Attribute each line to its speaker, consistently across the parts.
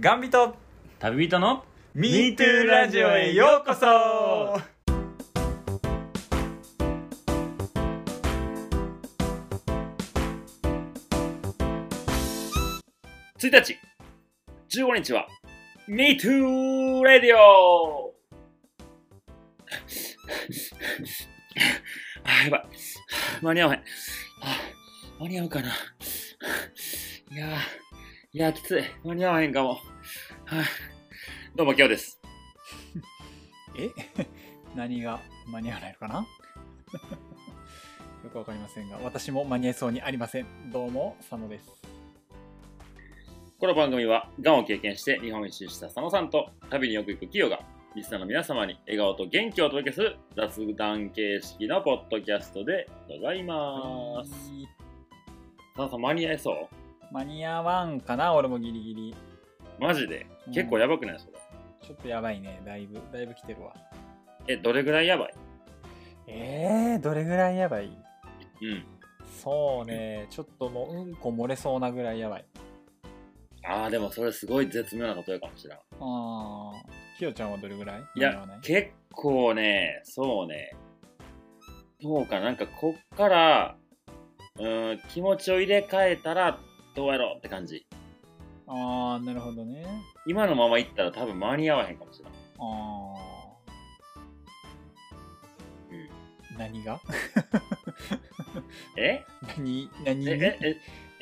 Speaker 1: ガンビト
Speaker 2: 旅人の
Speaker 1: MeToo ラジオへようこそ
Speaker 2: 1日15日は MeToo ラディオ あやばい間に合わへんあ間に合うかないやーいやーきつい間に合わへんかもはいどうも今日です
Speaker 1: え 何が間に合わないの かなよくわかりませんが私も間に合いそうにありませんどうも佐野です
Speaker 2: この番組は、がんを経験して日本一周した佐野さんと、旅によく行くキヨが、リスナーの皆様に笑顔と元気をお届けする雑談形式のポッドキャストでございます。佐野さん、間に合いそ
Speaker 1: 間に合わんかな俺もギリギリ
Speaker 2: うマジで
Speaker 1: うん
Speaker 2: 結構やばくないそれ。
Speaker 1: ちょっとやばいねだいぶだいぶ来てるわ
Speaker 2: え、どれぐらいやばい
Speaker 1: えー、どれぐらいやばい
Speaker 2: うん。
Speaker 1: そうねちょっともううんこ漏れそうなぐらいやばい
Speaker 2: ああ、でもそれすごい絶妙な例えかもしれん。
Speaker 1: あーきよちゃんはどれぐらい
Speaker 2: い
Speaker 1: 間に合
Speaker 2: や
Speaker 1: わない、
Speaker 2: 結構ね、そうね。そうか、なんかこっから、うーん、気持ちを入れ替えたら、どうやろうって感じ。
Speaker 1: あーなるほどね
Speaker 2: 今のまま行ったら多分間に合わへんかもしれない。
Speaker 1: あー何が
Speaker 2: え
Speaker 1: 何何
Speaker 2: えええ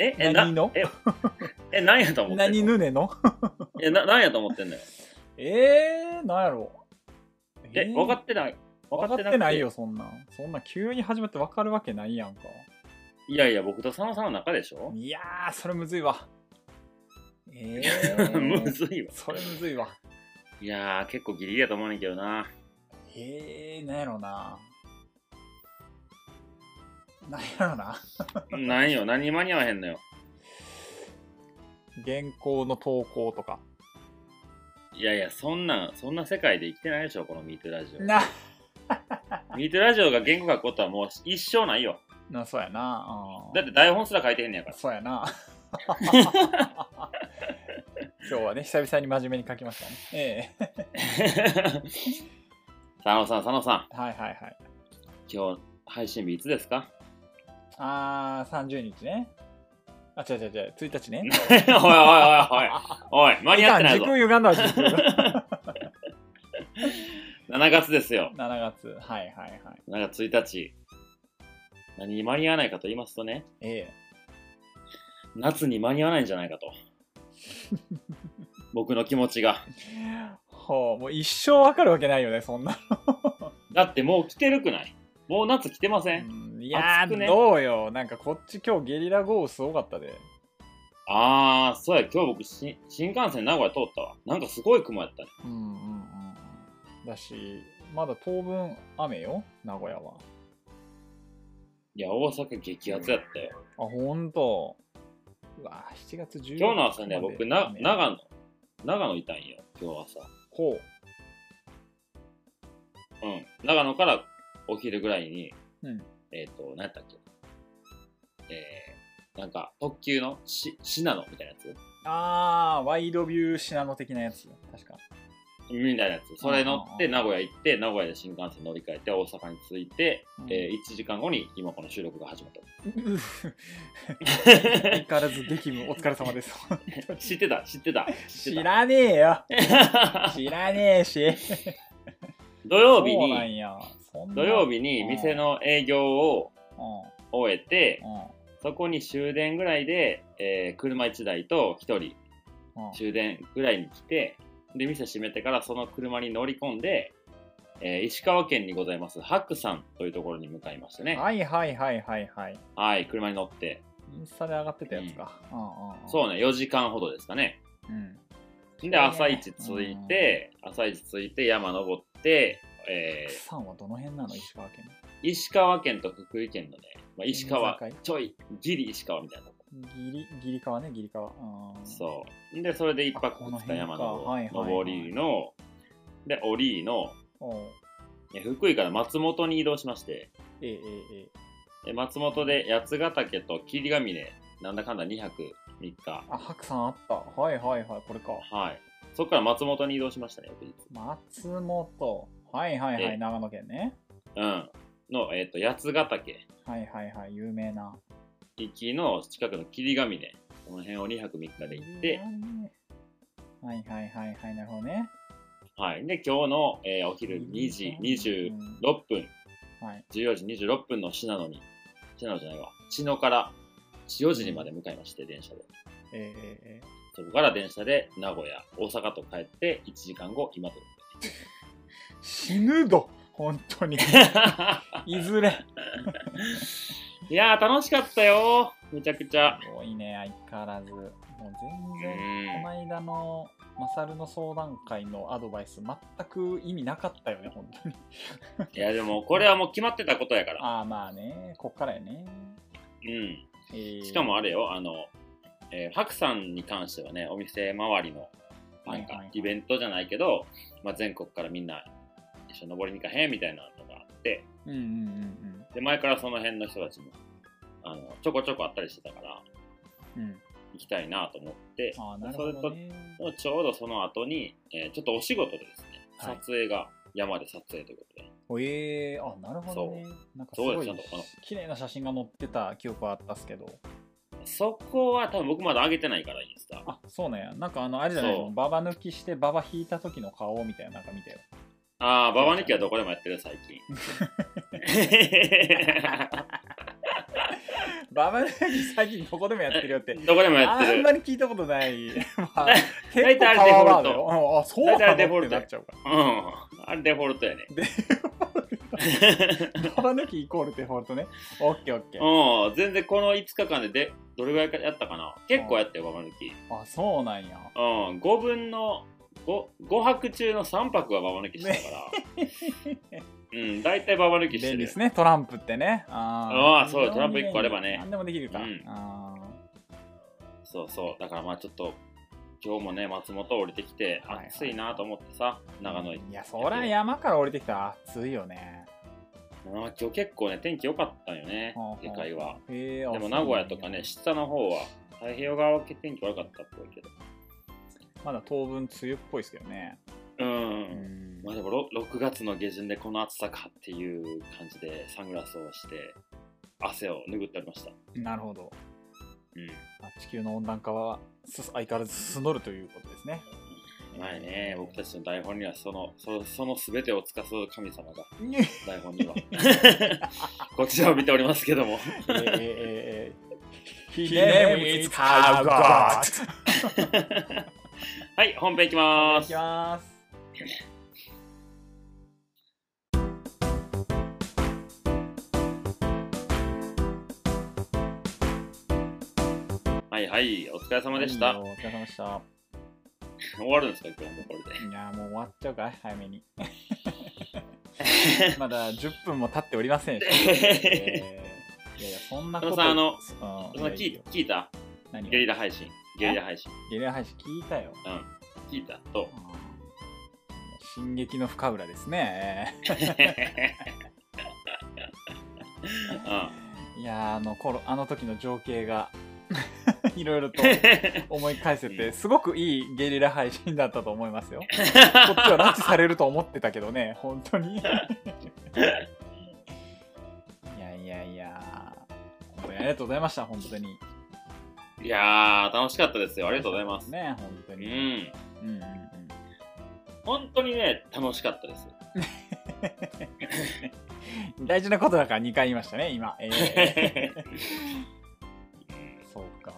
Speaker 2: ええ
Speaker 1: 何の
Speaker 2: なええ何やと思ってん
Speaker 1: 何
Speaker 2: の
Speaker 1: ぬねの
Speaker 2: えな何やと思ってんのよ。
Speaker 1: えー、何やろ
Speaker 2: え、分かってない。
Speaker 1: 分
Speaker 2: 分
Speaker 1: か
Speaker 2: か
Speaker 1: っ
Speaker 2: ってて
Speaker 1: な
Speaker 2: ないい
Speaker 1: よそんなんそんなん急に始まって分かるわけないやんか
Speaker 2: いやいや、僕と佐野さんの中でしょ、
Speaker 1: いやーそれむずいわえ
Speaker 2: む
Speaker 1: ー、
Speaker 2: ずいわ。
Speaker 1: それむずいわ
Speaker 2: いやー、結構ギリギリやと思うねんけどな。
Speaker 1: えー、なんやろななんやろな
Speaker 2: 何よ、何に間に合わへんのよ。
Speaker 1: 原稿の投稿とか
Speaker 2: いやいや、そんなん、そんな世界で生きてないでしょ、このミートラジオ。
Speaker 1: な
Speaker 2: ミートラジオが言語書くことはもう一生ないよ。
Speaker 1: なそうやなうん
Speaker 2: だって台本すら書いてへんねやから。
Speaker 1: そう やな今日はね久々に真面目に書きましたねええ
Speaker 2: 佐野さん、佐野さん、
Speaker 1: はいはいはい
Speaker 2: 今日配信日いつですか
Speaker 1: あー30日ねあ違う違う違う1日ね
Speaker 2: おいおいおいおいおい間に合ってない
Speaker 1: 時
Speaker 2: ぞ
Speaker 1: 空歪んだわ時空
Speaker 2: 7月ですよ
Speaker 1: 7月はいはいはい
Speaker 2: 7月1日何に間に合わないかと言いますとね
Speaker 1: ええ
Speaker 2: 夏に間に合わないんじゃないかと 僕の気持ちが
Speaker 1: ほうもう一生わかるわけないよねそんな
Speaker 2: だってもう来てるくないもう夏来てません、
Speaker 1: うんいや
Speaker 2: 暑く
Speaker 1: ー、
Speaker 2: ね
Speaker 1: どうよなんかこっち今日ゲリラ豪雨すごかったで
Speaker 2: ああそうや今日僕し新幹線名古屋通ったわなんかすごい雲やったね
Speaker 1: うんうんうんうんだしまだ当分雨よ名古屋はい
Speaker 2: や大阪激アツやったよ
Speaker 1: あほんとうわ7月14日
Speaker 2: 今日の朝ね僕な
Speaker 1: 雨
Speaker 2: 長野長野いたんよ今日朝
Speaker 1: ほう
Speaker 2: うん、長野からお昼ぐらいに、
Speaker 1: うん
Speaker 2: えっ、と、何やったっけえー、なんか、特急のし、しなのみたいなやつ
Speaker 1: あーワイドビューシナノ的なやつ確 か
Speaker 2: みたいなやつ。それ乗っ
Speaker 1: う
Speaker 2: て、
Speaker 1: ん
Speaker 2: 名古屋行って、名古屋で新幹線乗り換えて、大阪に着いて、
Speaker 1: うん
Speaker 2: えー、1時間後に今この収録が始ま った。
Speaker 1: うふ相変わらず激務お疲れ様です
Speaker 2: 知ってた知ってた知
Speaker 1: 知
Speaker 2: って
Speaker 1: らねえ よ
Speaker 2: た
Speaker 1: 知らねえし
Speaker 2: 土曜日
Speaker 1: そうなん
Speaker 2: に、
Speaker 1: やそんな
Speaker 2: 土曜日に店の営業を
Speaker 1: う
Speaker 2: 終えて、
Speaker 1: んうん
Speaker 2: そこに終電ぐらいで、えー、車1台と1人
Speaker 1: うん
Speaker 2: 終電ぐらいに来てで店閉めてからその車に乗り込んで、えー石川県にございます白山というところに向かいましたねはい、
Speaker 1: はいはいはいはいはい
Speaker 2: 車に乗って
Speaker 1: インスタで上がってたやつか、うん、うんうん
Speaker 2: そうね4時間ほどですかね
Speaker 1: うん
Speaker 2: で朝一着いて、朝一着いて山登って、え
Speaker 1: 奥さんはどの辺なの石川県
Speaker 2: ー石川県と福井県のね、まあ、石川
Speaker 1: 県境
Speaker 2: ちょいギリ石川みたいなとこ
Speaker 1: ギリギリ川ねギリ川うん
Speaker 2: そうでそれで一
Speaker 1: あ
Speaker 2: 泊
Speaker 1: こ
Speaker 2: 二
Speaker 1: の
Speaker 2: 日
Speaker 1: 辺
Speaker 2: 山
Speaker 1: か
Speaker 2: 登,、
Speaker 1: はいはいはい
Speaker 2: 登りので降りの
Speaker 1: おう
Speaker 2: え福井から松本に移動しまして
Speaker 1: ええええええ
Speaker 2: で松本で八ヶ岳と霧ヶ峰なんだかんだ2泊3日。
Speaker 1: あ、白さんあった。はいはいはい、これか。
Speaker 2: はい。そこから松本に移動しましたね、翌日。
Speaker 1: 松本。はいはいは
Speaker 2: え
Speaker 1: い、長野県ね。
Speaker 2: うん。の、えっ、と、八ヶ岳
Speaker 1: はいはいはい、有名な。
Speaker 2: 行きの近くの霧ヶ峰。この辺を2泊3日で行って、
Speaker 1: はいはいはいはい、なるほどね。
Speaker 2: はい。で、今日の、えーお昼2時26分、
Speaker 1: はい。
Speaker 2: 14時26分の信濃に、信濃じゃないわ、茅野から塩尻まで向かいまして、電車で。
Speaker 1: えーえーえ
Speaker 2: そこから電車で名古屋、大阪と帰って1時間後、 今ということで。
Speaker 1: ー死ぬど本 当に。いずれ。
Speaker 2: いやー、楽しかったよめちゃくちゃ。
Speaker 1: 多いね、相変わらず。もう全然、この
Speaker 2: う
Speaker 1: 間のマサルの相談会のアドバイス、全く意味なかったよね、本当に。
Speaker 2: ん。いや、でも、これはもう決まってたことやから。
Speaker 1: ああ、まあね、こっからやね。
Speaker 2: うん。
Speaker 1: えー
Speaker 2: しか、もあれよ、あの、えー、白さんに関してはね、お店周りの、なん
Speaker 1: はいはい
Speaker 2: か
Speaker 1: はい、
Speaker 2: イベントじゃないけど、まあ、全国からみんな一緒に登りに行かへんみたいなのがあって、
Speaker 1: うんうんうん
Speaker 2: で、前からその辺の人たちも、あの、ちょこちょこあったりしてたから、
Speaker 1: うん。うん、
Speaker 2: 行きたいなと思って、
Speaker 1: ああ、なるほどね。
Speaker 2: ちょうどその後に、えーちょっとお仕事でですね、
Speaker 1: はい
Speaker 2: 撮影が山で撮影ということで、
Speaker 1: ええー、あなるほどね。なんかす
Speaker 2: そ
Speaker 1: ご
Speaker 2: うです
Speaker 1: い
Speaker 2: ちゃんとあの
Speaker 1: 綺麗な写真が載ってた記憶はあったっすけど。
Speaker 2: そこは多分僕まだ上げてないからインスタ。
Speaker 1: あそうなんや。なんかあの、あれじゃない
Speaker 2: そう
Speaker 1: のババ抜きしてババ引いた時の顔みたいななんか見 たよ。
Speaker 2: ああ、ババ抜きはどこでもやってる最 近。
Speaker 1: ババ抜き最近どこでもやってるよって。
Speaker 2: どこでもやって
Speaker 1: あんま
Speaker 2: る。
Speaker 1: り聞いたことない。まあ、
Speaker 2: 大
Speaker 1: 結
Speaker 2: 体
Speaker 1: 構
Speaker 2: あれ
Speaker 1: パワーワー
Speaker 2: デ
Speaker 1: ド
Speaker 2: フォル
Speaker 1: よ。うんあ、そうな
Speaker 2: 大体あれ
Speaker 1: の
Speaker 2: デフォル
Speaker 1: っ
Speaker 2: ト
Speaker 1: て
Speaker 2: や
Speaker 1: なっちゃうか
Speaker 2: うん。あれデフォルトやね。
Speaker 1: ら。ババ抜きイコールデフォルトね。オッケーオッケー。
Speaker 2: うん。全然この5日間ででどれぐらいかやったかな結構やったよ、ババ抜き。
Speaker 1: あ、そうなんや。
Speaker 2: うん。5分の 5, 5泊中の3泊はババ抜きしてた から。うん。大体ババ抜きして
Speaker 1: 便利
Speaker 2: る。
Speaker 1: ですね、トランプってね。
Speaker 2: あ
Speaker 1: あー
Speaker 2: ーそうトランプ一個あればね
Speaker 1: 何でもできるか。
Speaker 2: うん
Speaker 1: あ
Speaker 2: そうそう。だからまあちょっと、今日もね、松本降りてきて、
Speaker 1: はいはい
Speaker 2: 暑いなと思ってさ、
Speaker 1: ー
Speaker 2: 長野行っ
Speaker 1: いや、そりゃ山から降りてきたら暑いよね。
Speaker 2: まあ、今日結構ね天気良かったんよね
Speaker 1: はあはあ
Speaker 2: 世界は
Speaker 1: へー
Speaker 2: でも名古屋とかね。下の方は太平洋側は天気悪かったっぽいけど
Speaker 1: あそうなんやまだ当分梅雨っぽいですけどね。
Speaker 2: うん、
Speaker 1: うん
Speaker 2: まあでもろ6月の下旬でこの暑さかっていう感じでサングラスをして汗を拭ってありました
Speaker 1: なるほど。
Speaker 2: う
Speaker 1: あ地球の温暖化はす相変わらず募るということです ね。
Speaker 2: ん前ね僕たちの台本にはそのそその全てを司る神様が
Speaker 1: えー。
Speaker 2: 台本 にはこちらを見ておりますけども
Speaker 1: えーえーえー
Speaker 3: He name is our God.
Speaker 2: はい本編いきま
Speaker 1: い
Speaker 2: す
Speaker 1: きます。
Speaker 2: はいはいお疲れ様でし
Speaker 1: いい
Speaker 2: た
Speaker 1: よお疲れ様でした。
Speaker 2: 終わるんですか今日もうこれ で
Speaker 1: いやーもう終わっちゃうかい早めにまだ10分も経っておりませ んし、えーいやいやそんなこと
Speaker 2: 佐野さんあの
Speaker 1: うん
Speaker 2: その
Speaker 1: いやいい
Speaker 2: 聞
Speaker 1: よ
Speaker 2: 聞いた
Speaker 1: 何を
Speaker 2: ゲリ
Speaker 1: ゲ
Speaker 2: ラ配信。ゲリラ配信。
Speaker 1: リラ配信聞いたよ
Speaker 2: 聞いたと
Speaker 1: う。ん進撃の深浦ですね、いやーあの頃あの時の情景が いろい ろと思い返せ
Speaker 2: う
Speaker 1: て
Speaker 2: ん
Speaker 1: すごくいいゲリラ配信だったと思いま すよこっちは
Speaker 2: う
Speaker 1: 拉致されると思ってたけどね本 当にいやいやいや本当にありがとうございました本当に
Speaker 2: ん。いやー、楽しかったですよ。ありがとうございます。
Speaker 1: ね、本当
Speaker 2: う
Speaker 1: に。
Speaker 2: ん。
Speaker 1: うんうんうん。
Speaker 2: 本当にね、楽しかった です。
Speaker 1: 大事なことだから2回言いましたね、今。え ーそうか。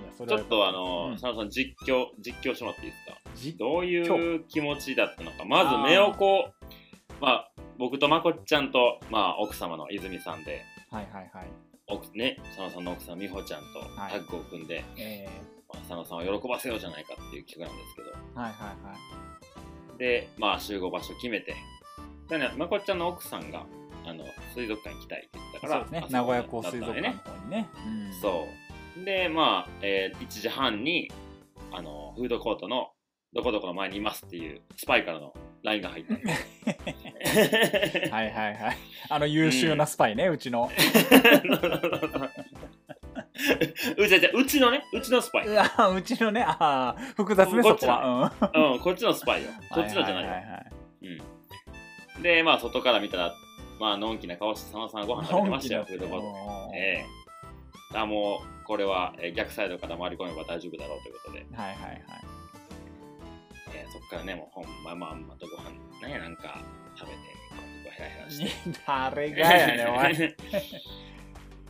Speaker 1: いや、そ
Speaker 2: ち
Speaker 1: れ
Speaker 2: ょ
Speaker 1: は
Speaker 2: っとあの
Speaker 1: う
Speaker 2: ー、
Speaker 1: ん
Speaker 2: 佐野さん、実況、実況してもらっていいですか
Speaker 1: じ
Speaker 2: どういう気持ちだったのか。まず目をこう、まあ、僕とまこっちゃんと、まあ、奥様の泉さんで、
Speaker 1: はいはいはい。
Speaker 2: 奥ね、佐野さんの奥さん、美穂ちゃんとタッグを組んで、
Speaker 1: え
Speaker 2: まあ佐野さんを喜ばせようじゃないかっていう企画なんですけど、
Speaker 1: ー、はいはいはい。
Speaker 2: で、まあ、集合場所決めて。だからね、まこっちゃんの奥さんが、あの、水族館行きたいって言ったか
Speaker 1: そう
Speaker 2: ら、
Speaker 1: ですね
Speaker 2: あ。
Speaker 1: 名古屋港水
Speaker 2: だっ
Speaker 1: 族
Speaker 2: たん
Speaker 1: 館
Speaker 2: だよ
Speaker 1: の
Speaker 2: ね。
Speaker 1: 方にね。うん、
Speaker 2: そう。で、まあ、えー1時半に、あの、フードコートの、どこどこの前にいますっていう、スパイからの LINE が入 ったんで。
Speaker 1: はいはいはい。あの優秀なスパイね、うちの。
Speaker 2: うちじゃうちのね、うちのスパイ。
Speaker 1: うわうちのね、ああ、複雑ね、
Speaker 2: こ
Speaker 1: そ
Speaker 2: っち
Speaker 1: こ
Speaker 2: だ
Speaker 1: は。うん
Speaker 2: うん、こっちのスパイよ。こっちのじゃないよ。
Speaker 1: ははは
Speaker 2: うん。で、まあ、外から見たら、まあ、のんきな顔して、佐野さんご飯食べてましたよ、フードコート。
Speaker 1: は
Speaker 2: ええあ、もう、これは、えー逆サイドから回り込めば大丈夫だろうということで、
Speaker 1: いはいはい。
Speaker 2: えーそこからね、もう、ほんま、まあ、またご飯、ね、なんか、食べて、こうヘラヘラ して。
Speaker 1: 誰がやねん、おい。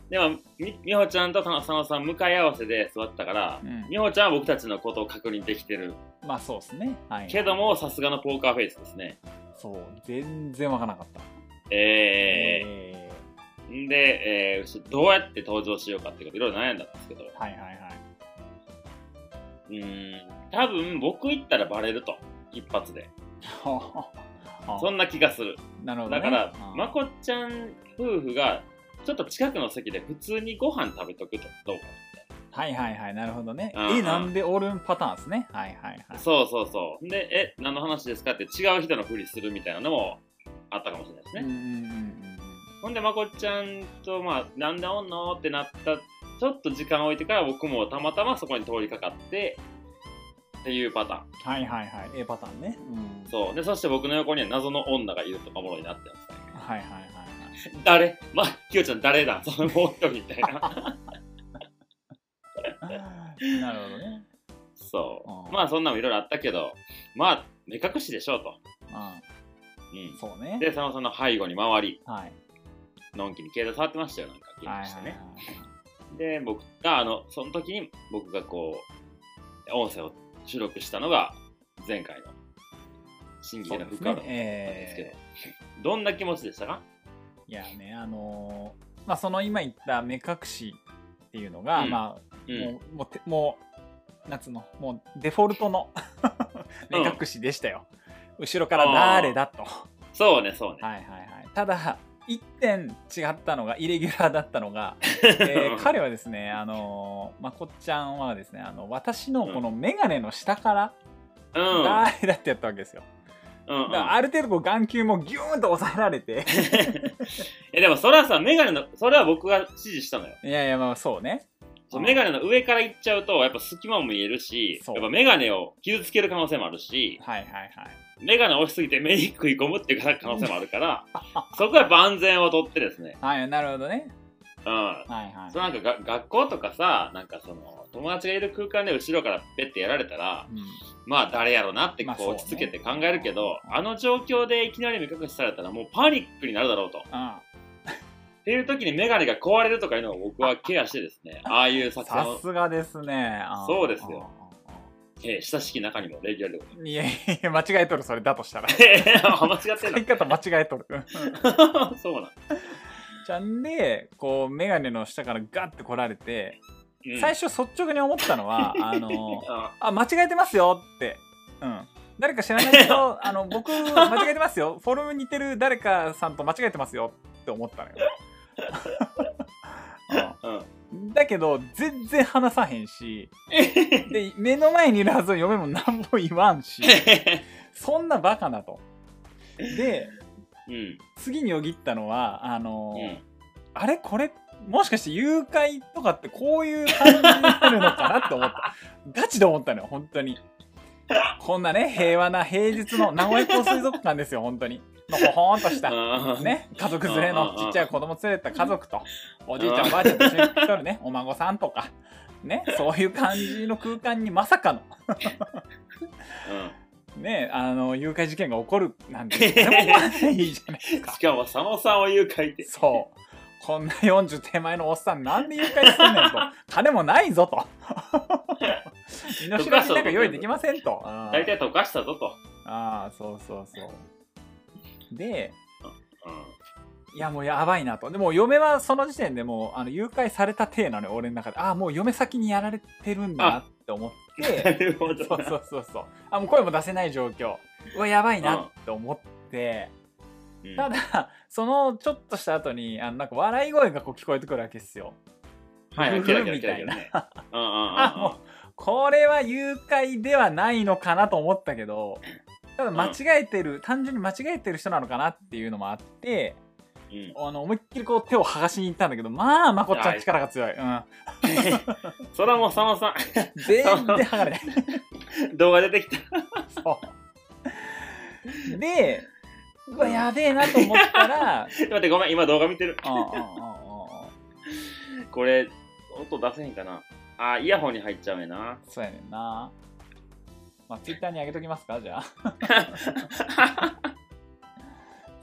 Speaker 2: でも、み美穂ちゃんと佐野佐野さん、向かい合わせで座ったから、
Speaker 1: うん
Speaker 2: 美穂ちゃんは僕たちのことを確認できてる
Speaker 1: まあそうですね。はい。
Speaker 2: けども、さすがのポーカーフェイスですね。
Speaker 1: そう、全然わからなかった。
Speaker 2: えー
Speaker 1: え
Speaker 2: んで、えーどうやって登場しようかってこといろいろ悩んだんですけど、
Speaker 1: ーはいはいはい。
Speaker 2: うーん、多分僕行ったらバレると、一発で。そ
Speaker 1: そ
Speaker 2: んな気がする。
Speaker 1: なるほど、
Speaker 2: だ
Speaker 1: ね、
Speaker 2: から
Speaker 1: う、ん
Speaker 2: まこちゃん夫婦が、ちょっと近くの席で普通にご飯食べとくとどうか
Speaker 1: はいはいはいなるほどね、
Speaker 2: うんう
Speaker 1: え
Speaker 2: ん
Speaker 1: なんでおるんパターンですねはいはいは
Speaker 2: な。
Speaker 1: い
Speaker 2: そうそうそう。で、え、何の話ですかって違う人のふりするみたいなのもあったかもしれないですね。
Speaker 1: うんうんうん
Speaker 2: ほんで、まこちゃんと、まあ、なんでおんのってなった、ちょっと時間置いてから僕もたまたまそこに通りかかって、っていうパターン。
Speaker 1: うんはいはいはい A パターンね、うん、
Speaker 2: そう。で、そして僕の横には謎の女がいるとかもろになってますね。
Speaker 1: はいはいはいはい
Speaker 2: 誰まあ、きよちゃん誰だそのもう一人みたい な。
Speaker 1: なるほどね
Speaker 2: そうう。
Speaker 1: ん
Speaker 2: まあ、そんなのいろいろあったけど、まあ、目隠しでしょうと。
Speaker 1: うん
Speaker 2: う
Speaker 1: そうね
Speaker 2: ん。で、佐野さんの背後に回り、
Speaker 1: はい
Speaker 2: のんきに携帯触ってましたよ、なんか、ゲー
Speaker 1: は
Speaker 2: ム
Speaker 1: い
Speaker 2: して
Speaker 1: はい
Speaker 2: ね。で、僕が、あの、その時に僕がこう、音声を収録したのが、前回の、新規
Speaker 1: そう
Speaker 2: の
Speaker 1: です
Speaker 2: 福岡だ
Speaker 1: ね
Speaker 2: ったんですけど、
Speaker 1: え
Speaker 2: どんな気持ちでしたか
Speaker 1: ー、いやねあのーまあその今言った目隠しっていうのが、
Speaker 2: うん
Speaker 1: まあ
Speaker 2: うん。
Speaker 1: もうもうてもう夏のもうデフォルトの 目隠しでしたよ、後ろから誰だと
Speaker 2: そうね、そうね。
Speaker 1: はいはいはいただ1点違ったのがイレギュラーだったの が、えー彼はですねあのーまこっちゃんはですねあの私のこの眼鏡の下から
Speaker 2: うん。うん
Speaker 1: 誰だってやったわけですよ、
Speaker 2: うん
Speaker 1: だからある程度こう眼球もギューンと抑えられて
Speaker 2: えでもそれはさ、メガネの、それは僕が指示したのよ。
Speaker 1: いやいやまあそうね
Speaker 2: そう
Speaker 1: うん
Speaker 2: メガネの上から行っちゃうと、やっぱ隙間も見えるし、や
Speaker 1: そう
Speaker 2: っぱメガネを傷つける可能性もあるし、
Speaker 1: はいはいはい
Speaker 2: メガネを押しすぎて目に食い込むっていう可能性もある から、そこはやっぱ安全をとってですね。
Speaker 1: はいなるほどね
Speaker 2: うん。
Speaker 1: はいはい
Speaker 2: そうなんかが学校とかさ、なんかその、友達がいる空間で後ろからペッてやられたら、
Speaker 1: うん
Speaker 2: まあ誰やろなってこ
Speaker 1: まあ
Speaker 2: う
Speaker 1: そうね
Speaker 2: 落ち着けて考えるけど、
Speaker 1: うん
Speaker 2: あの状況でいきなり目隠しされたらもうパニックになるだろうと。
Speaker 1: うん
Speaker 2: っていう時にメガネが壊れるとかいうのを僕はケアしてです ね、ああいう作戦
Speaker 1: さ
Speaker 2: を
Speaker 1: すがですねあー
Speaker 2: そうですよ
Speaker 1: あーあ
Speaker 2: えー、親しき中にも礼儀あるでございま
Speaker 1: ーいやいや間違えとるそれだとしたら
Speaker 2: す。えー、 間違ってん
Speaker 1: 使い方間違えとる
Speaker 2: の そうなん。
Speaker 1: ちゃんでこう眼鏡の下からガッて来られて、
Speaker 2: うん、
Speaker 1: 最初率直に思った のはあの
Speaker 2: あ
Speaker 1: あ間違えてますよって、うん、誰か知らないけ どあの僕間違えてますよフォルム似てる誰かさんと間違えてますよって思ったのよ
Speaker 2: うん。
Speaker 1: うんだけど全然話さへんしで目の前にいるはずの嫁も何も言わ んしそんなバカなとで
Speaker 2: うん。
Speaker 1: 次によぎったのはあの
Speaker 2: う
Speaker 1: ー
Speaker 2: ん。
Speaker 1: あれこれもしかして誘拐とかってこういう感じになるのかなと思った。ガチで思ったのよ、本当に。こんなね、平和な平日の名古屋港水族館ですよ、本当に。のほほーんとした。
Speaker 2: あー。
Speaker 1: ね、家族連れ
Speaker 2: う
Speaker 1: の
Speaker 2: んうんうん
Speaker 1: ちっちゃい子供連れた家族と、おじいちゃ
Speaker 2: うん
Speaker 1: ん、おばあちゃんと一緒に来と るね、お孫さんとか、ね、そういう感じの空間にまさかの、ね、あの、誘拐事件が起こるな んて、誰も思わないじゃないです
Speaker 2: うん。
Speaker 1: か
Speaker 2: し。かも、佐野さんを誘拐って。
Speaker 1: そう。こんな40手前のおっさんなんで誘拐すんねん と。金もないぞと。身の代金なんか用意できませんと。あ
Speaker 2: 大体溶かしたぞと。
Speaker 1: あー、そうそうそう。で、
Speaker 2: う
Speaker 1: いやもうやばいなと。でも嫁はその時点でもうあの誘拐された体なのよ、俺の中で。ああ、もう嫁先にやられてるんだなって思っ
Speaker 2: ん。 な
Speaker 1: て。
Speaker 2: るほ
Speaker 1: そう
Speaker 2: どな。
Speaker 1: そうそうそう。あ、もう声も出せない状況。うわ、やばいなって思って。
Speaker 2: うん
Speaker 1: ただそのちょっとした後にあのなんか笑い声がこう聞こえてくるわけですよ。
Speaker 2: はいはい、
Speaker 1: ブ
Speaker 2: キ
Speaker 1: ル
Speaker 2: ラ
Speaker 1: ー
Speaker 2: キラ
Speaker 1: み
Speaker 2: キラ
Speaker 1: た
Speaker 2: キ
Speaker 1: い
Speaker 2: ラ
Speaker 1: な。
Speaker 2: ね。 うんうんうん。
Speaker 1: あもうこれは誘拐ではないのかなと思ったけどただ間違えてる、単純に間違えてる人なのかなっていうのもあって
Speaker 2: うん、
Speaker 1: あの思いっきりこう手を剥がしに行ったんだけどまあまこっちゃん力が強い、うん、
Speaker 2: それはもう佐野さ
Speaker 1: 全然剥がれない
Speaker 2: ん 動画出てきた
Speaker 1: そうでうわやべえなと思ったら
Speaker 2: 待ってごめん今動画見てる
Speaker 1: うんうんうんうんうん
Speaker 2: これ音出せへんかなあーイヤホンに入っちゃうねんな
Speaker 1: そうやねんなまあツイッターに上げときますかじゃあ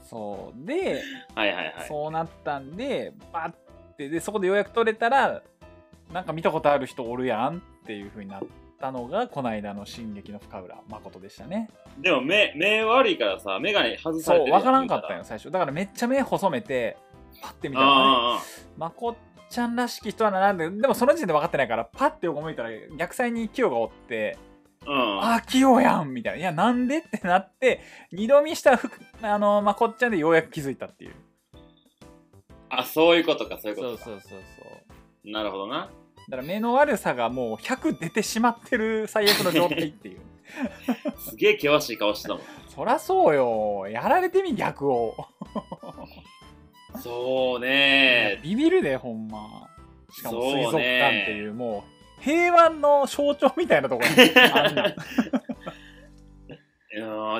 Speaker 1: そうで
Speaker 2: はいはいはい
Speaker 1: そうなったんでバッてでそこでようやく取れたらなんか見たことある人おるやんっていう風になったのがこの間の「進撃の深浦誠」でしたね
Speaker 2: でも目目悪いからさ眼鏡外されて
Speaker 1: そう
Speaker 2: る
Speaker 1: 分からんかったんよ最初だからめっちゃ目細めてパッて見たらね
Speaker 2: あ
Speaker 1: まこっちゃんらしき人は並んででもその時点で分かってないからパッて横向いたら逆サイにキヨがおって
Speaker 2: あうん
Speaker 1: あー器用やんみたいな。いや、なんでってなって、二度見したらふく、あの、まあ、こっちゃんでようやく気づいたっていう。
Speaker 2: あそういうことかそういうことか
Speaker 1: そうそう。
Speaker 2: なるほどな
Speaker 1: だから目の悪さがもう100出てしまってる最悪の状態っていう。
Speaker 2: すげえ険しい顔してたも
Speaker 1: そらそうよ。やられてみ、逆を。
Speaker 2: んそう
Speaker 1: いや
Speaker 2: ね
Speaker 1: ビビるで、ほんま。 しかも
Speaker 2: そう
Speaker 1: 水
Speaker 2: ね
Speaker 1: 族館っていう、もう、平和の象徴みたいなところに あんな。
Speaker 2: う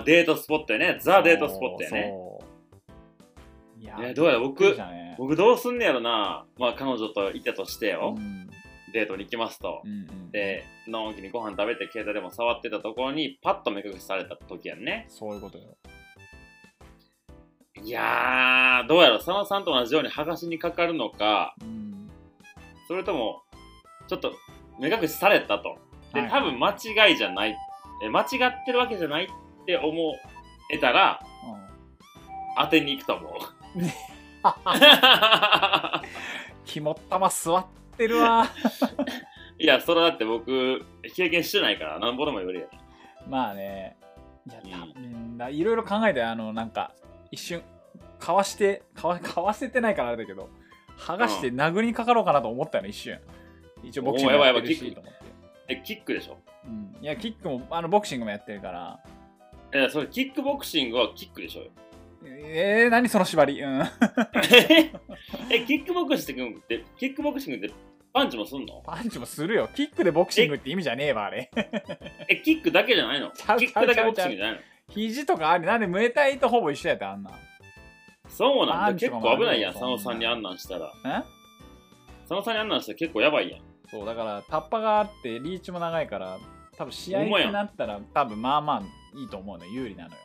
Speaker 2: んデートスポットやねザ・デートスポットやね
Speaker 1: そう。いや
Speaker 2: いやどうやら僕
Speaker 1: びっくりしたね
Speaker 2: 僕どうすんねやろなまあ彼女といたとしてよ
Speaker 1: う、ん
Speaker 2: デートに行きますと
Speaker 1: うんうん、
Speaker 2: でのんきにご飯食べて携帯でも触ってたところにパッと目隠しされた時やんね
Speaker 1: そういうことよ。
Speaker 2: いやーどうやろ佐野さんと同じように剥がしにかかるのか
Speaker 1: うん。
Speaker 2: それともちょっと目隠しされたとで、
Speaker 1: はい
Speaker 2: 多分間違いじゃないえ間違ってるわけじゃないって思えたら
Speaker 1: うん
Speaker 2: 当てに行くと思う
Speaker 1: 肝っ玉座ってるわ
Speaker 2: いやそれはだって僕経験してないからなんぼでも言われるやん
Speaker 1: まあねいや
Speaker 2: うん
Speaker 1: 多分ないろいろ考えてあのなんか一瞬かわしてかわ かわせてないからあれだけど剥がして殴りにかかろうかなと思ったの一瞬一応ボクシング
Speaker 2: おーやばいや
Speaker 1: やっ
Speaker 2: ば
Speaker 1: て
Speaker 2: い
Speaker 1: る
Speaker 2: キック
Speaker 1: しと思って、
Speaker 2: えキックでしょ
Speaker 1: うん、いやキックもあのボクシングもやってるから
Speaker 2: えそれキックボクシングはキックで しょ
Speaker 1: えー、何その縛りうん
Speaker 2: えキックボクシングってキックボクシングってパンチもすんの
Speaker 1: パンチもするよキックでボクシングって意味じゃねえわあれ
Speaker 2: えキックだけじゃないの
Speaker 1: ちゃう
Speaker 2: キックだけボクシングじゃないの
Speaker 1: 肘とかあれなんでムエタイとほぼ一緒やったあんなん
Speaker 2: そうなんだ
Speaker 1: パンチ
Speaker 2: 結
Speaker 1: とかも
Speaker 2: 構危ないやん
Speaker 1: ある
Speaker 2: 佐
Speaker 1: よ
Speaker 2: 野さんにあんなんしたら
Speaker 1: え
Speaker 2: 佐野さんにあんなんしたら結構やばいやん
Speaker 1: そうだからタッパがあってリーチも長いから多分試合
Speaker 2: ほ
Speaker 1: に
Speaker 2: んまやん
Speaker 1: なったら多分まあまあいいと思うのよ有利なのよ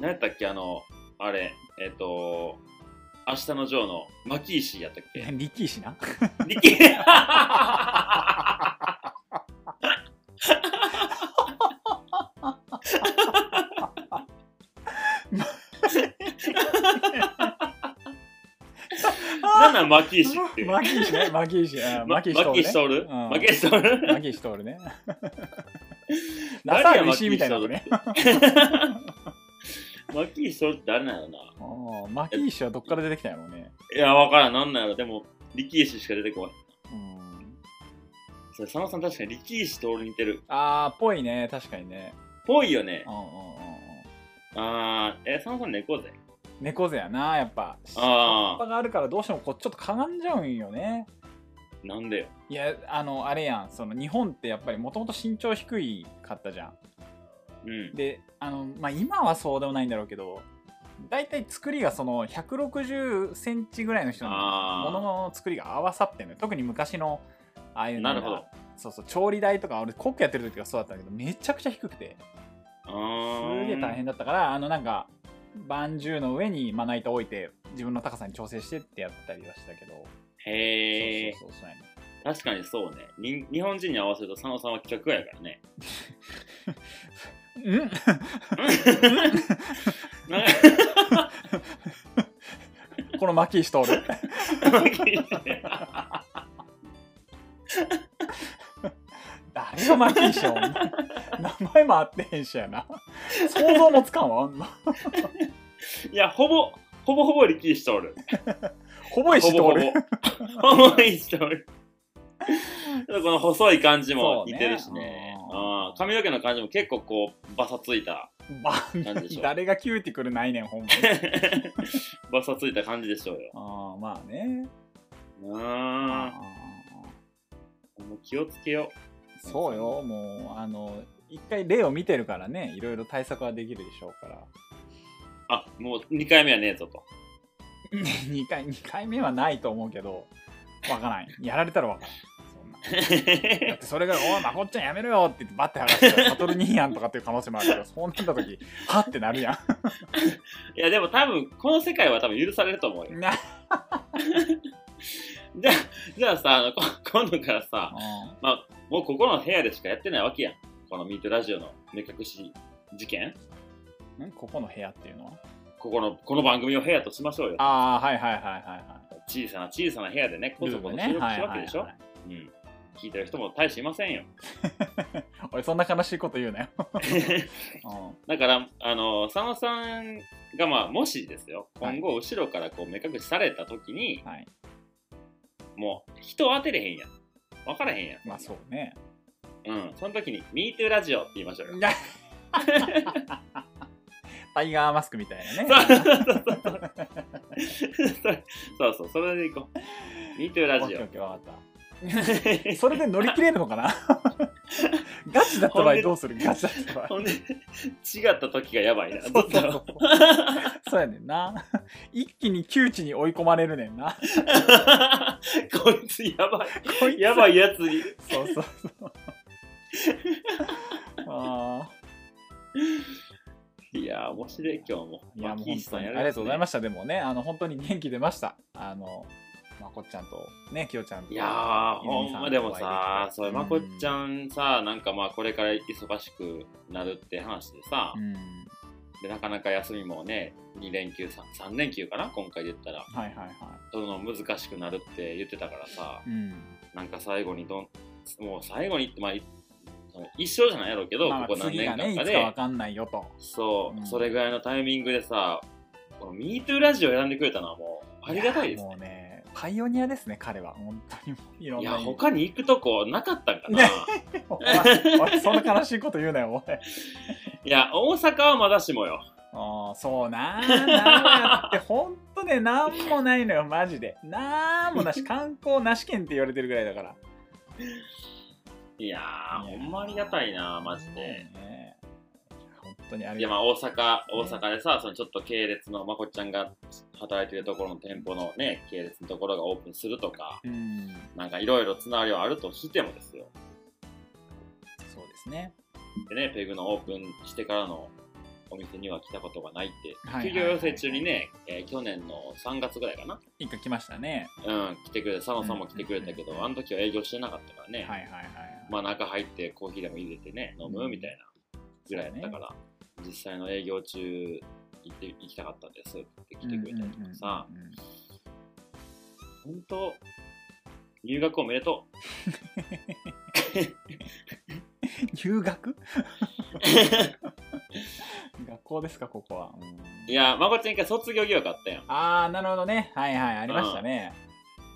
Speaker 2: 何やったっけあのあれえっ、と明日のジョーのマキーシーやったっけ
Speaker 1: 力士な
Speaker 2: リキなんなんマキーシーって。
Speaker 1: マキー シねマキーシあ
Speaker 2: ま
Speaker 1: マキーシト
Speaker 2: マキシ
Speaker 1: ー
Speaker 2: トール
Speaker 1: ねうん
Speaker 2: マキシトー
Speaker 1: ルね
Speaker 2: ル
Speaker 1: マキーシトールね
Speaker 2: 誰
Speaker 1: ラサ
Speaker 2: や
Speaker 1: ール石井みたいなのね
Speaker 2: マキーシトールって誰なんやろな。
Speaker 1: うんマキーシはどっから出てきたんやろうね
Speaker 2: いや、わからん、なんなんやろ。でも、リキーシしか出てこない。
Speaker 1: うん
Speaker 2: それ、佐野さん確かにリキーシトール似てる。
Speaker 1: あーぽいね確かにね
Speaker 2: ぽいよね
Speaker 1: うん。うんうんうん
Speaker 2: あー、え、佐野さん猫背。
Speaker 1: 猫背やなやっぱ葉
Speaker 2: あー
Speaker 1: っぱがあるからどうしてもこうちょっとかがんじゃうんよね
Speaker 2: なんでよ。
Speaker 1: いやあのあれやんその日本ってやっぱりもともと身長低いかったじゃ
Speaker 2: うん
Speaker 1: ん。であの、まあ、今はそうでもないんだろうけど大体作りがその1 6 0ンチぐらいの人のもの
Speaker 2: あ
Speaker 1: の作りが合わさってんのよ特に昔のああいうのが
Speaker 2: なるほど
Speaker 1: そうそう調理台とか俺コックやってる時がそうだったんだけどめちゃくちゃ低くて
Speaker 2: ー。あ
Speaker 1: す
Speaker 2: ー
Speaker 1: げえ大変だったからあのなんかバンジューの上にまな板置いて自分の高さに調整してってやったりはしたけど、
Speaker 2: へえ
Speaker 1: そうそうそうそうやね
Speaker 2: 確かにそうねに日本人に合わせると佐野さんは企画やからね
Speaker 1: うん
Speaker 2: なん
Speaker 1: このマキーシトール
Speaker 2: か
Speaker 1: 誰がマキーション 名前も合ってへんしやな想像もつかんわあんない
Speaker 2: やほぼほぼほぼ力士 とる
Speaker 1: ほぼ
Speaker 2: ほ
Speaker 1: 石通
Speaker 2: ぼほぼ
Speaker 1: る
Speaker 2: ほぼ 力士とるこの細い感じも似てるしね
Speaker 1: そうね
Speaker 2: あー髪の毛の感じも結構こうバサついた
Speaker 1: ば
Speaker 2: なんでしょう
Speaker 1: 誰がキューティクルないねんほん まに
Speaker 2: バサついた感じでしょうよ。
Speaker 1: あーまあね
Speaker 2: なあ
Speaker 1: あ
Speaker 2: もう気をつけよ
Speaker 1: ーそうよもうあの一回例を見てるからねいろいろ対策はできるでしょうから
Speaker 2: う。あもう2回目はねえぞと。
Speaker 1: 2回二回目はないと思うけどわからんやられたらわからんそんなだって それが「おいまこっちゃんやめろよ」って言ってバッて剥がしたら「サトル兄やん」とかっていう可能性もあるけどそうなった時ハッてなるや
Speaker 2: いやでも多分この世界は多分許されると思うよ。
Speaker 1: んな
Speaker 2: じゃあじゃあさあのこ 今度からさもうここの部屋でしかやってないわけやん。このミートラジオの目隠し事件
Speaker 1: うんんここの部屋っていうのは
Speaker 2: ここのこの番組を部屋としましょうよ。
Speaker 1: ああはいはいはいはいは
Speaker 2: 小さな小さな部屋でね、
Speaker 1: い
Speaker 2: こそこそ収録するわけでしょ、
Speaker 1: い
Speaker 2: うん。聞いてる人も大していません よ。
Speaker 1: 俺そんな悲しいこと言うなよ、うん
Speaker 2: だから、あの佐野さんが、まあ、もしですよ、今後、後ろからこう目隠しされたときに、
Speaker 1: はい
Speaker 2: もう、人を当てれへんやん。分からへんやん。
Speaker 1: まあそうね
Speaker 2: うん。その時に、MeToo ラジオって言いましょうよ。
Speaker 1: いや タイガーマスクみたいなね
Speaker 2: そうそう、それでいこう。MeToo ラジ
Speaker 1: オッケーオッ
Speaker 2: オ。
Speaker 1: ケーわかったそれで乗り切れるのかな ガチだった場合どうするガチだった場合
Speaker 2: ほんで、違った時がやばいな。
Speaker 1: そうそうそうそうやねんな。一気に窮地に追い込まれるねんな。
Speaker 2: こいつやば
Speaker 1: こ
Speaker 2: い。やば
Speaker 1: い
Speaker 2: いやつに。
Speaker 1: つ。そうそうそう。あ
Speaker 2: いやー、面白い、今日も。
Speaker 1: ーいやも
Speaker 2: マ
Speaker 1: う
Speaker 2: キー
Speaker 1: 本
Speaker 2: ス
Speaker 1: 当
Speaker 2: さん
Speaker 1: に
Speaker 2: や
Speaker 1: あ
Speaker 2: る
Speaker 1: り
Speaker 2: やつね
Speaker 1: がとうございました。でもね、あの本当に元気出ました。あの、まこっちゃんとね、きよちゃんと。
Speaker 2: いやー、
Speaker 1: ゆう
Speaker 2: ほ
Speaker 1: み
Speaker 2: ん
Speaker 1: さ
Speaker 2: ま
Speaker 1: と
Speaker 2: でもさ、それ、
Speaker 1: うん
Speaker 2: まこっちゃんさ、なんかまあ、これから忙しくなるって話でさ
Speaker 1: う、ん、
Speaker 2: でなかなか休みもね、2連休、3, 連休かな、今回で言ったら、
Speaker 1: はいはいは
Speaker 2: その難しくなるって言ってたからさ
Speaker 1: い。、うん。
Speaker 2: なんか最後にどん、もう最後にって、まあ、いその一生じゃないやろうけど、
Speaker 1: まあ、
Speaker 2: ここ何
Speaker 1: 次
Speaker 2: 年
Speaker 1: がね、
Speaker 2: 間
Speaker 1: い
Speaker 2: か
Speaker 1: つ
Speaker 2: で、
Speaker 1: かわかんないよと。
Speaker 2: そう、
Speaker 1: うん
Speaker 2: それぐらいのタイミングでさ、この MeToo ラジオ選んでくれたのはもう、ありがたいです
Speaker 1: やもうね、パイオニアですね、彼は。本当にもういろん
Speaker 2: い
Speaker 1: な
Speaker 2: や、
Speaker 1: 意味で。
Speaker 2: 他に行くとこなかったんかな。
Speaker 1: ねお前お前そんな悲しいこと言うなよ、おい。
Speaker 2: いや、大阪はまだしもよ。
Speaker 1: あーそうなー名古屋ってほんとねなんもないのよマジでなんもなし観光なし県って言われてるぐらいだから
Speaker 2: いやー、ほんまありがたいな、マジで。
Speaker 1: ね本当にあ
Speaker 2: い
Speaker 1: り
Speaker 2: や、
Speaker 1: が
Speaker 2: ま
Speaker 1: と
Speaker 2: あ、大阪、大阪でさ、そのちょっと系列の、まこっちゃんが働いてるところの店舗のね、系列のところがオープンするとか、
Speaker 1: ううん
Speaker 2: なんかいろいろつながりはあるとしてもですよ。
Speaker 1: そうですね
Speaker 2: でね、ペグのオープンしてからのお店には来たことがないって、
Speaker 1: はいはい
Speaker 2: 休業要請中にね、えー去年の3月ぐらいかな、
Speaker 1: 一回来ましたね
Speaker 2: うん、来てくれた、佐野さんも来てくれたけ
Speaker 1: うんうんう
Speaker 2: ど、
Speaker 1: ん
Speaker 2: あの時は営業してなかったからね、
Speaker 1: はいはいはいはい
Speaker 2: まあ中入ってコーヒーでも入れてね、飲むみたいなぐらいやったから、実際の営業中行って行きたかったんですって来てくれたりとかさ、
Speaker 1: うんうんうんうん
Speaker 2: 本当、入学おめでとう。
Speaker 1: 留学 学校ですかここは、うん
Speaker 2: いや、まこちゃん一回卒業疑惑あったやん。
Speaker 1: ああなるほどねはいはいありましたね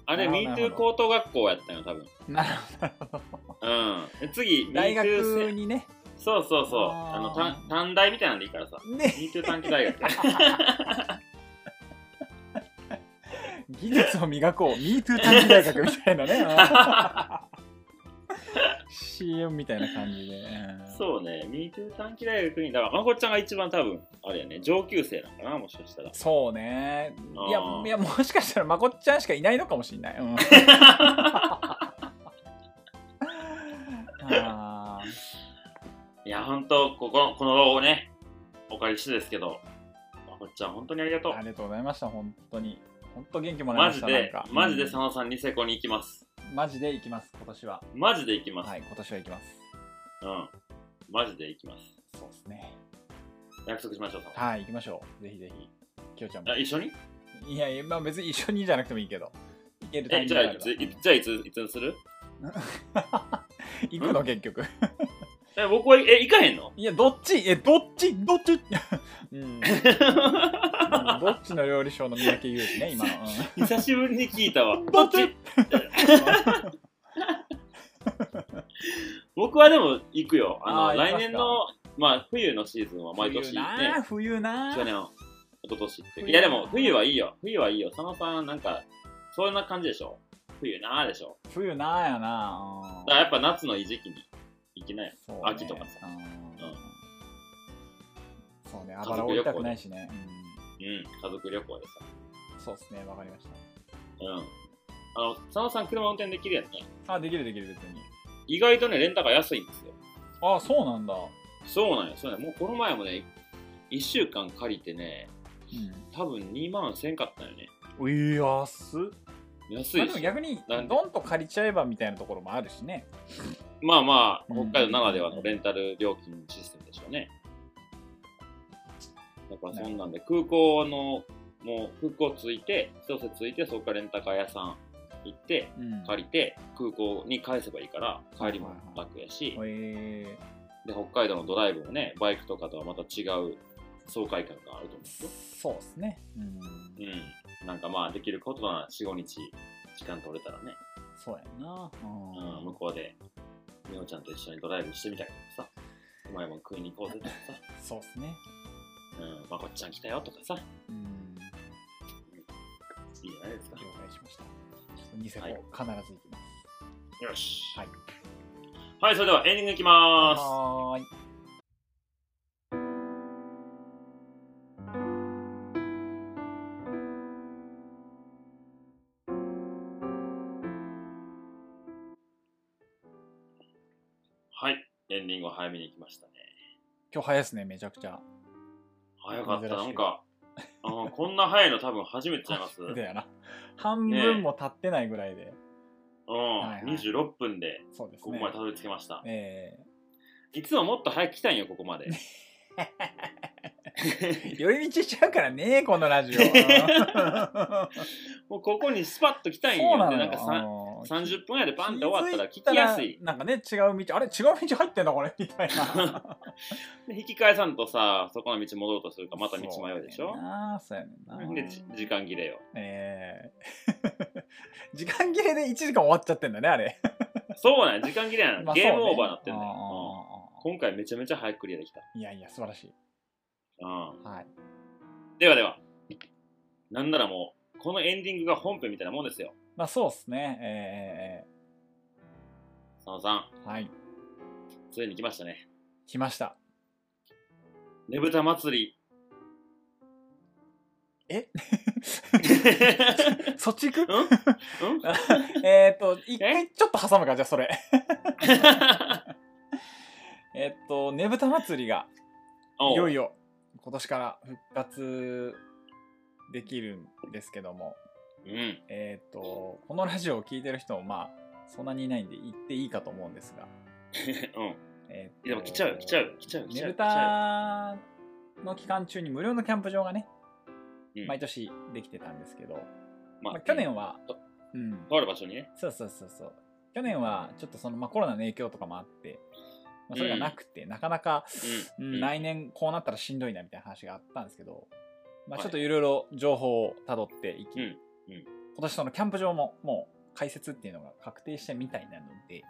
Speaker 2: あれ、
Speaker 1: なるほど
Speaker 2: MeToo 高等学校やったよ、多分。
Speaker 1: なるほどなるほど
Speaker 2: うん。次、
Speaker 1: 大
Speaker 2: MeToo
Speaker 1: 学
Speaker 2: せ
Speaker 1: にね
Speaker 2: そうそうそう。
Speaker 1: あー
Speaker 2: あの、短短大みたいなんでいいからさ。
Speaker 1: ね
Speaker 2: MeToo 短期大 学。
Speaker 1: 技術を磨 こう MeToo 短期大学みたいな ね CM みたいな感じで、うん
Speaker 2: そうね、MeToo 短期大学に、だから、まこちゃんが一番多分、あれやね、上級生なのかな、もしかしたら。
Speaker 1: そうねいや
Speaker 2: あー
Speaker 1: いやもしかしたらまこっちゃんしかいないのかもしれない、うん あー
Speaker 2: いや、ほんと、ここの、この場をね、お借りしてですけど、まこっちゃん、本当にありがとう
Speaker 1: あ。りがとうございました本当に本当元気もらい
Speaker 2: マ
Speaker 1: まし
Speaker 2: ジ
Speaker 1: た
Speaker 2: で
Speaker 1: なんか、
Speaker 2: マジで
Speaker 1: うん
Speaker 2: 佐野さん、ニセコに行きます。
Speaker 1: マジで行きます今年は
Speaker 2: マジで行きます。
Speaker 1: はい今年は行きます
Speaker 2: うん。マジで行きます。
Speaker 1: そうですね
Speaker 2: 約束しましょう、佐野さん
Speaker 1: はい行きましょうぜひぜひきよちゃんも
Speaker 2: あ一緒に
Speaker 1: いやいや、まあ、別に一緒にじゃなくてもいいけど。行けるタイ
Speaker 2: え、
Speaker 1: ミン
Speaker 2: じ
Speaker 1: グ
Speaker 2: ゃあ、
Speaker 1: があ
Speaker 2: い
Speaker 1: れ
Speaker 2: つ、い
Speaker 1: ば
Speaker 2: じゃあ、いつ、いつにする
Speaker 1: 行くの結局。
Speaker 2: え、僕は、え、行かへんの
Speaker 1: いや、どっちえ、どっちどっち うん。どっちの料理賞の三宅裕司ね、今の。う
Speaker 2: 久しぶりに聞いたわ。
Speaker 1: ん どっち
Speaker 2: 僕はでも行くよ。あの、
Speaker 1: あー行
Speaker 2: 来
Speaker 1: きますか
Speaker 2: 年の、まあ、冬のシーズンは 毎年
Speaker 1: 冬
Speaker 2: ね、
Speaker 1: なあ、冬な
Speaker 2: 去
Speaker 1: あ。
Speaker 2: 年、一昨年って。
Speaker 1: 冬
Speaker 2: いや、でも、冬はいいよ。冬はいいよ。佐野さん、なんか、そんな感じでしょ冬なーでしょ
Speaker 1: 冬なあやな
Speaker 2: だからやっぱ夏のいい時期に行きなよ。
Speaker 1: そうね
Speaker 2: 秋とかさ。
Speaker 1: うん
Speaker 2: ん
Speaker 1: そうね、あばら追いたくないしね。
Speaker 2: うん、家族旅行でさ。
Speaker 1: うんそうですね、わかりまし
Speaker 2: うん。あの、佐野さん、車運転できるやつね。
Speaker 1: た。あ、できるできる、別に。
Speaker 2: 意外とね、レンタカー安いんですよ。
Speaker 1: あ、そうなんだ。
Speaker 2: そうなんや、そうなんや。もうこの前もね、1週間借りてね、多分2万せんかったよね。
Speaker 1: うん。いや、安っ。
Speaker 2: 安
Speaker 1: まあ
Speaker 2: い
Speaker 1: でも
Speaker 2: し。
Speaker 1: 逆に
Speaker 2: なんで
Speaker 1: ドンと借りちゃえばみたいなところもあるしね
Speaker 2: まあまあ、
Speaker 1: うん
Speaker 2: 北海道ならではのレンタル料金システムでしょうね。だからそんなんで、空港の、もう空港着いて、一つ着いて、そこからレンタカー屋さん行って、
Speaker 1: うん
Speaker 2: 借りて、空港に返せばいいから、帰りも楽やし、
Speaker 1: え
Speaker 2: で、北海道のドライブもね、バイクとかとはまた違う爽快感があると思うんですよ。
Speaker 1: ー、そうですねうん
Speaker 2: うん、なんかまあできることなら45日時間取れたらね、
Speaker 1: そうやなう
Speaker 2: うん、
Speaker 1: ん、
Speaker 2: 向こうでみおちゃんと一緒にドライブしてみたけどさうまいもん食いに行こうぜとかさ、
Speaker 1: そうですね
Speaker 2: うん、まこっちゃん来たよとかさ
Speaker 1: うん
Speaker 2: いいじゃないですか
Speaker 1: 了解しましたちょっとニセコ、
Speaker 2: はい
Speaker 1: 必ず行きます
Speaker 2: よし
Speaker 1: はい、
Speaker 2: はい、それではエンディングいきまーす
Speaker 1: はーい
Speaker 2: はいエンディングを早めに行きましたね
Speaker 1: 今日早いですねめちゃくちゃ
Speaker 2: 早かった
Speaker 1: 珍しい
Speaker 2: なんかあーこんな早いの多分初めてちゃいます、 うん
Speaker 1: だよな半分も経ってないぐらいで、はいはい
Speaker 2: 26分で
Speaker 1: そうです
Speaker 2: ここ
Speaker 1: ね
Speaker 2: までたどり着けました、
Speaker 1: え
Speaker 2: いつももっと早く来たんよここ まで
Speaker 1: ー、寄り道しちゃうからねこのラ ジオ そ
Speaker 2: もうここにスパッと来たんよ
Speaker 1: うなの
Speaker 2: で
Speaker 1: よ
Speaker 2: なんかさん
Speaker 1: うん
Speaker 2: 30分やでパンって終わったら聞きやすい。
Speaker 1: なんかね、違う道、あれ違う道入ってんだこれみたいな。
Speaker 2: で引き返さんとさ、そこの道戻ろうとする からまた道迷うでしょ
Speaker 1: ああ、そうやねんな。
Speaker 2: で、じ時間切れよ。
Speaker 1: ええ 時間切れで1時間終わっちゃってんだね、あれ。
Speaker 2: そうなんや時間切れや
Speaker 1: ま
Speaker 2: な
Speaker 1: あ
Speaker 2: ゲームオーバーなってん
Speaker 1: そう
Speaker 2: だよ。
Speaker 1: ねあ
Speaker 2: うん今回めちゃめちゃ早くクリアできた。
Speaker 1: ーいやいや、素晴らしい。
Speaker 2: うん
Speaker 1: はい。
Speaker 2: ではでは、なんならもう、このエンディングが本編みたいなもんですよ。
Speaker 1: まあ、そうっすね。え
Speaker 2: 佐野さん、
Speaker 1: えはい。
Speaker 2: ついに来ましたね。
Speaker 1: 来ました。
Speaker 2: ねぶた祭り。
Speaker 1: え
Speaker 2: う
Speaker 1: そっち行く
Speaker 2: んうん
Speaker 1: えっと、一回ちょっと挟むか、じゃあそれ。 えっと、ねぶた祭りがいよい
Speaker 2: よ。
Speaker 1: よ今年から復活できるんですけども、
Speaker 2: うん。
Speaker 1: えっ、と、このラジオを聞いてる人もまあ、そんなにいないんで言っていいかと思うんですが、
Speaker 2: うん。
Speaker 1: えーと
Speaker 2: でも来ちゃう、来ちゃう、来ちゃう、来ち
Speaker 1: ね
Speaker 2: ゃう。
Speaker 1: ぶ
Speaker 2: 来ちゃう
Speaker 1: たの期間中に無料のキャンプ場がね、
Speaker 2: うん
Speaker 1: 毎年できてたんですけど、
Speaker 2: ま
Speaker 1: ま
Speaker 2: あ
Speaker 1: あ、去年は
Speaker 2: と、
Speaker 1: うん、
Speaker 2: とある場所にね。
Speaker 1: そうそうそうそう。去年はちょっとその、まあ、コロナの影響とかもあって、まあ、それがなくて、なかなか、
Speaker 2: う
Speaker 1: うんん来年こうなったらしんどいなみたいな話があったんですけど、
Speaker 2: は
Speaker 1: ま
Speaker 2: い
Speaker 1: あ、ちょっといろいろ情報をたどっていき、
Speaker 2: うんうん
Speaker 1: 今年そのキャンプ場ももう開設っていうのが確定したみたいなので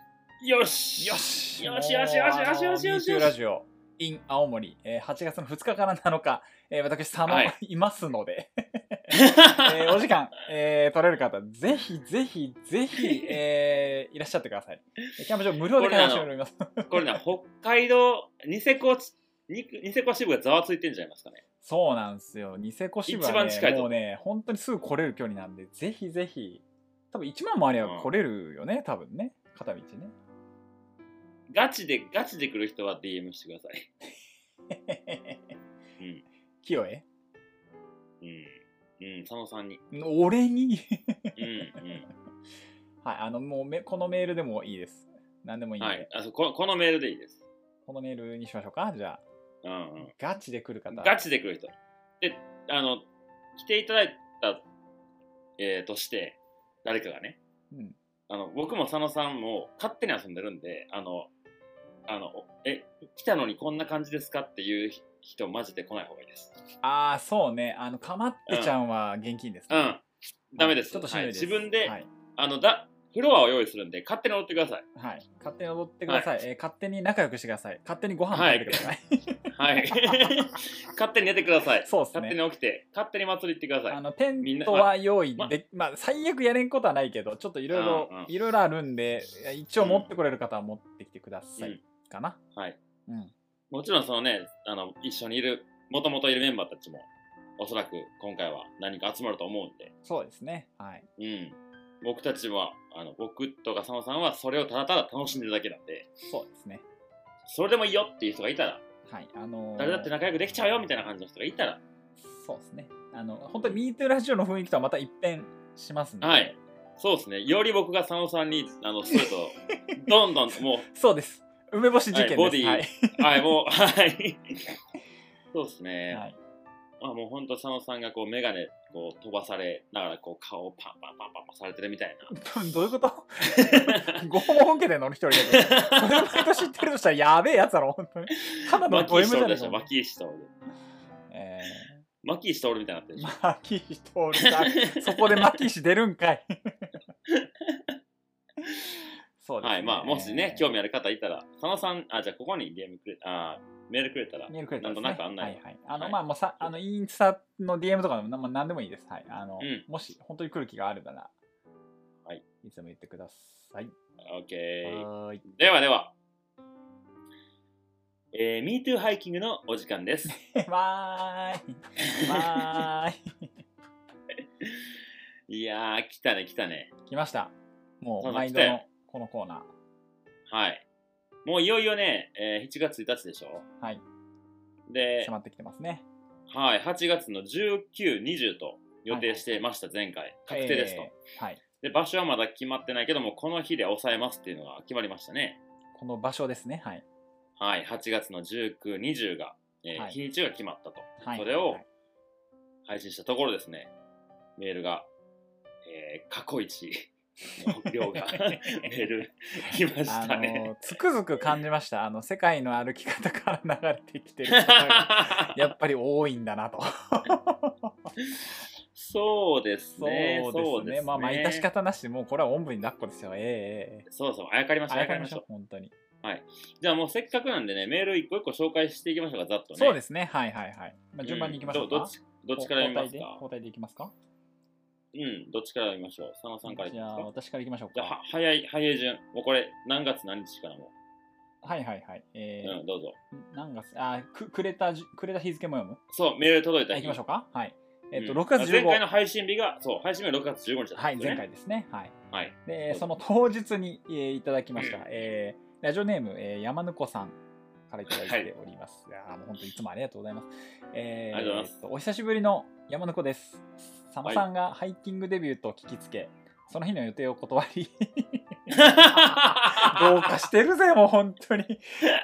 Speaker 2: よし
Speaker 1: よし
Speaker 2: よしよしよしよしよしよし
Speaker 1: もうあの MeToo ラジオ in 青森、えー8月の2日から7日、えー私佐野、
Speaker 2: はい
Speaker 1: い、ますので、えーお時間、えー取れる方ぜひぜひぜひ、えーいらっしゃってくださいえーキャンプ場無料で開放しております
Speaker 2: これね、北海道、ニセコち、ニニセコ支部がざわついてんじゃいますかね。
Speaker 1: そうなんですよ。ニセコ支部
Speaker 2: 一番
Speaker 1: は、
Speaker 2: 近い
Speaker 1: ね、
Speaker 2: と
Speaker 1: もうね、本当にすぐ来れる距離なんで、ぜひぜひ、多分1万もあれば来れるよね、多分ね、片道ね。
Speaker 2: ガチで、ガチで来る人は DM してください。うん
Speaker 1: 清江
Speaker 2: うん。うん、佐野さんに。
Speaker 1: 俺に
Speaker 2: うん、うん。
Speaker 1: はい、あの、もうめ、このメールでもいいです。何でもいいんで、
Speaker 2: はい。あそうここのメールでいいです。
Speaker 1: このメールにしましょうか、じゃ
Speaker 2: う
Speaker 1: あ。
Speaker 2: ん、うん。
Speaker 1: ガチで来る方。
Speaker 2: ガチで来る人。で、あの、来ていただいた、えーとして、誰かがね、
Speaker 1: うん
Speaker 2: あの、僕も佐野さんも勝手に遊んでるんで、あの、あの、おえ、来たのにこんな感じですかっていうひ人、マジで来ない方がいいです。
Speaker 1: ああ、そうね。あの、かまってちゃんは現金です
Speaker 2: う
Speaker 1: ね、
Speaker 2: ん。ダメです。
Speaker 1: ちょっとしんどいです。
Speaker 2: はい自分で、
Speaker 1: はい
Speaker 2: あの、だ、フロアを用意するんで、勝手に踊ってください。
Speaker 1: はい。勝手に踊ってください。えー勝手に仲良くしてください。勝手にご飯食べてください。
Speaker 2: はい。勝手に寝てください。
Speaker 1: そうです
Speaker 2: 勝手
Speaker 1: ね。
Speaker 2: に起きて、勝手に祭り行ってくださ
Speaker 1: あ
Speaker 2: い。
Speaker 1: のテ
Speaker 2: みん
Speaker 1: ン
Speaker 2: な
Speaker 1: トは用意で、まあ、最悪やれんことはないけど、ちょっといろいろ
Speaker 2: うんうん、
Speaker 1: いろいろあるんで、一応持ってこれる方は持ってきてください。かな。
Speaker 2: はい。
Speaker 1: うん。
Speaker 2: もちろん、そのね、あの、一緒にいる、もともといるメンバーたちも、おそらく今回は何か集まると思うんで、
Speaker 1: そうですね。はい。
Speaker 2: うん。僕たちは、あの、僕とか佐野さんは、それをただただ楽しんでるだけなんで、
Speaker 1: そうですね。
Speaker 2: それでもいいよっていう人がいたら、
Speaker 1: はい。あのー
Speaker 2: 誰だって仲良くできちゃうよみたいな感じの人がいたら、
Speaker 1: そうですね。あの、本当に MeToo ラジオの雰囲気とはまた一変しますね。
Speaker 2: はい。そうですね。より僕が佐野さんに、あの、すると、どんどん、も
Speaker 1: そうです。梅干し事件です。
Speaker 2: はいボディ
Speaker 1: はい。
Speaker 2: う、はい、もう、はい。そうですね。
Speaker 1: はい
Speaker 2: まあもう本当佐野さんがこう、メガネ、こう、飛ばされながら、こう、顔をパンパンパンパンパンされてるみたいな。
Speaker 1: どういうこと ご訪問家で乗る一人だけど。それを毎年知ってるとしたらやべえやつだろ、本当に。 ただの
Speaker 2: マキ
Speaker 1: ポエ
Speaker 2: ー
Speaker 1: ム
Speaker 2: シ
Speaker 1: じ
Speaker 2: トール
Speaker 1: ゃね
Speaker 2: で
Speaker 1: え
Speaker 2: した、
Speaker 1: か。
Speaker 2: マキーシトール。
Speaker 1: え
Speaker 2: マキーシトールみたいになってる
Speaker 1: ー、
Speaker 2: でしょ。
Speaker 1: マキーシ通るか。そこでマキー氏出るん かい。そうですね。
Speaker 2: はい、まあ、もしね、興味ある方いたら、佐野さん、あ、じゃあここに DM くれ、あメールくれたら、
Speaker 1: メールくれたらです
Speaker 2: なん
Speaker 1: ね。
Speaker 2: となく案内
Speaker 1: はいはい。あの、
Speaker 2: はい
Speaker 1: まあ、もうさ、あの、インスタの DM とかでもな、まあ、何でもいいです。はい。あの、
Speaker 2: うん
Speaker 1: もし、本当に来る気があるなら、
Speaker 2: はい。
Speaker 1: いつでも言ってください。
Speaker 2: OK。
Speaker 1: はーい。
Speaker 2: ではでは、えー、MeToo ハイキングのお時間 です。
Speaker 1: バーイ。バーイ。
Speaker 2: いやー、来たね、来たね。
Speaker 1: 来ました。も、
Speaker 2: そううだ
Speaker 1: 毎度のこのコーナ
Speaker 2: はい。もういよいよね、えー7月1日でしょ
Speaker 1: ー。はい。
Speaker 2: で、
Speaker 1: 迫ってきてますね。
Speaker 2: はい、8月の19、20と予定してました、前回。確定ですと、
Speaker 1: えーはい。
Speaker 2: で、場所はまだ決まってないけども、この日で抑えますっていうのが決まりましたね。
Speaker 1: この場所ですね。はい。
Speaker 2: はい、8月の19、20が、えー
Speaker 1: はい
Speaker 2: 日にちが決まったと。
Speaker 1: はい。
Speaker 2: それを
Speaker 1: はい
Speaker 2: 配信したところですね、メールが、えー過去一 の量がメール来まし
Speaker 1: あ
Speaker 2: たね。
Speaker 1: の、つくづく感じ ました。あの、世界の歩き方から流れてきてる方 がやっぱり多いんだなと。
Speaker 2: そうです
Speaker 1: そう
Speaker 2: ね。
Speaker 1: ですね。まあ、まあ、致し
Speaker 2: か
Speaker 1: 方なし、もうこれはおんぶに抱っこですよ。えええええ
Speaker 2: そうそう、あやかり
Speaker 1: え
Speaker 2: ましょう、
Speaker 1: あ
Speaker 2: あ
Speaker 1: や
Speaker 2: や
Speaker 1: か
Speaker 2: かり
Speaker 1: りま
Speaker 2: ま
Speaker 1: し
Speaker 2: し
Speaker 1: ょ
Speaker 2: ょ
Speaker 1: う
Speaker 2: う。、
Speaker 1: 本当に。
Speaker 2: じゃあもうせっかくなんでね、メール一個一個紹介していきましょうか、ざっとね。
Speaker 1: そうですね。はいはいはい。まあ、順番に行きましょうか。
Speaker 2: んどどっちどっちから見ますか
Speaker 1: 交代で交代でいきますか
Speaker 2: うん、どっちから見ましょう。佐野さんからいき
Speaker 1: じゃ
Speaker 2: ます
Speaker 1: あ、
Speaker 2: か。
Speaker 1: 私から行きましょう
Speaker 2: じ
Speaker 1: か。
Speaker 2: ゃあ、は早い、早い順。もうこれ、何月何日からも。
Speaker 1: はいはいはい。え
Speaker 2: うん、どうぞ。
Speaker 1: ー何月、あー、くくれたじ、くれた日付も読む
Speaker 2: そう、メール届いた
Speaker 1: はい、
Speaker 2: 日。
Speaker 1: 行きましょうか。はい。えっと、
Speaker 2: うん
Speaker 1: 6月15
Speaker 2: 前回の配信日が、そう、配信日は6月15日だった
Speaker 1: は
Speaker 2: ん
Speaker 1: い、
Speaker 2: ですよ
Speaker 1: 前
Speaker 2: ね。
Speaker 1: 回ですね。はい。
Speaker 2: はい。
Speaker 1: で、その当日に、えーいただきました、えーラジオネーム、えー山ぬこさんからいただいております。い、やーもう本当いつもありがとうございます。えー
Speaker 2: ありがとうございます
Speaker 1: えっとお久しぶりの山ぬこです。佐野さんがハイキングデビューと聞きつけ、その日の予定を断 り、 どうかしてるぜ、もう本当に。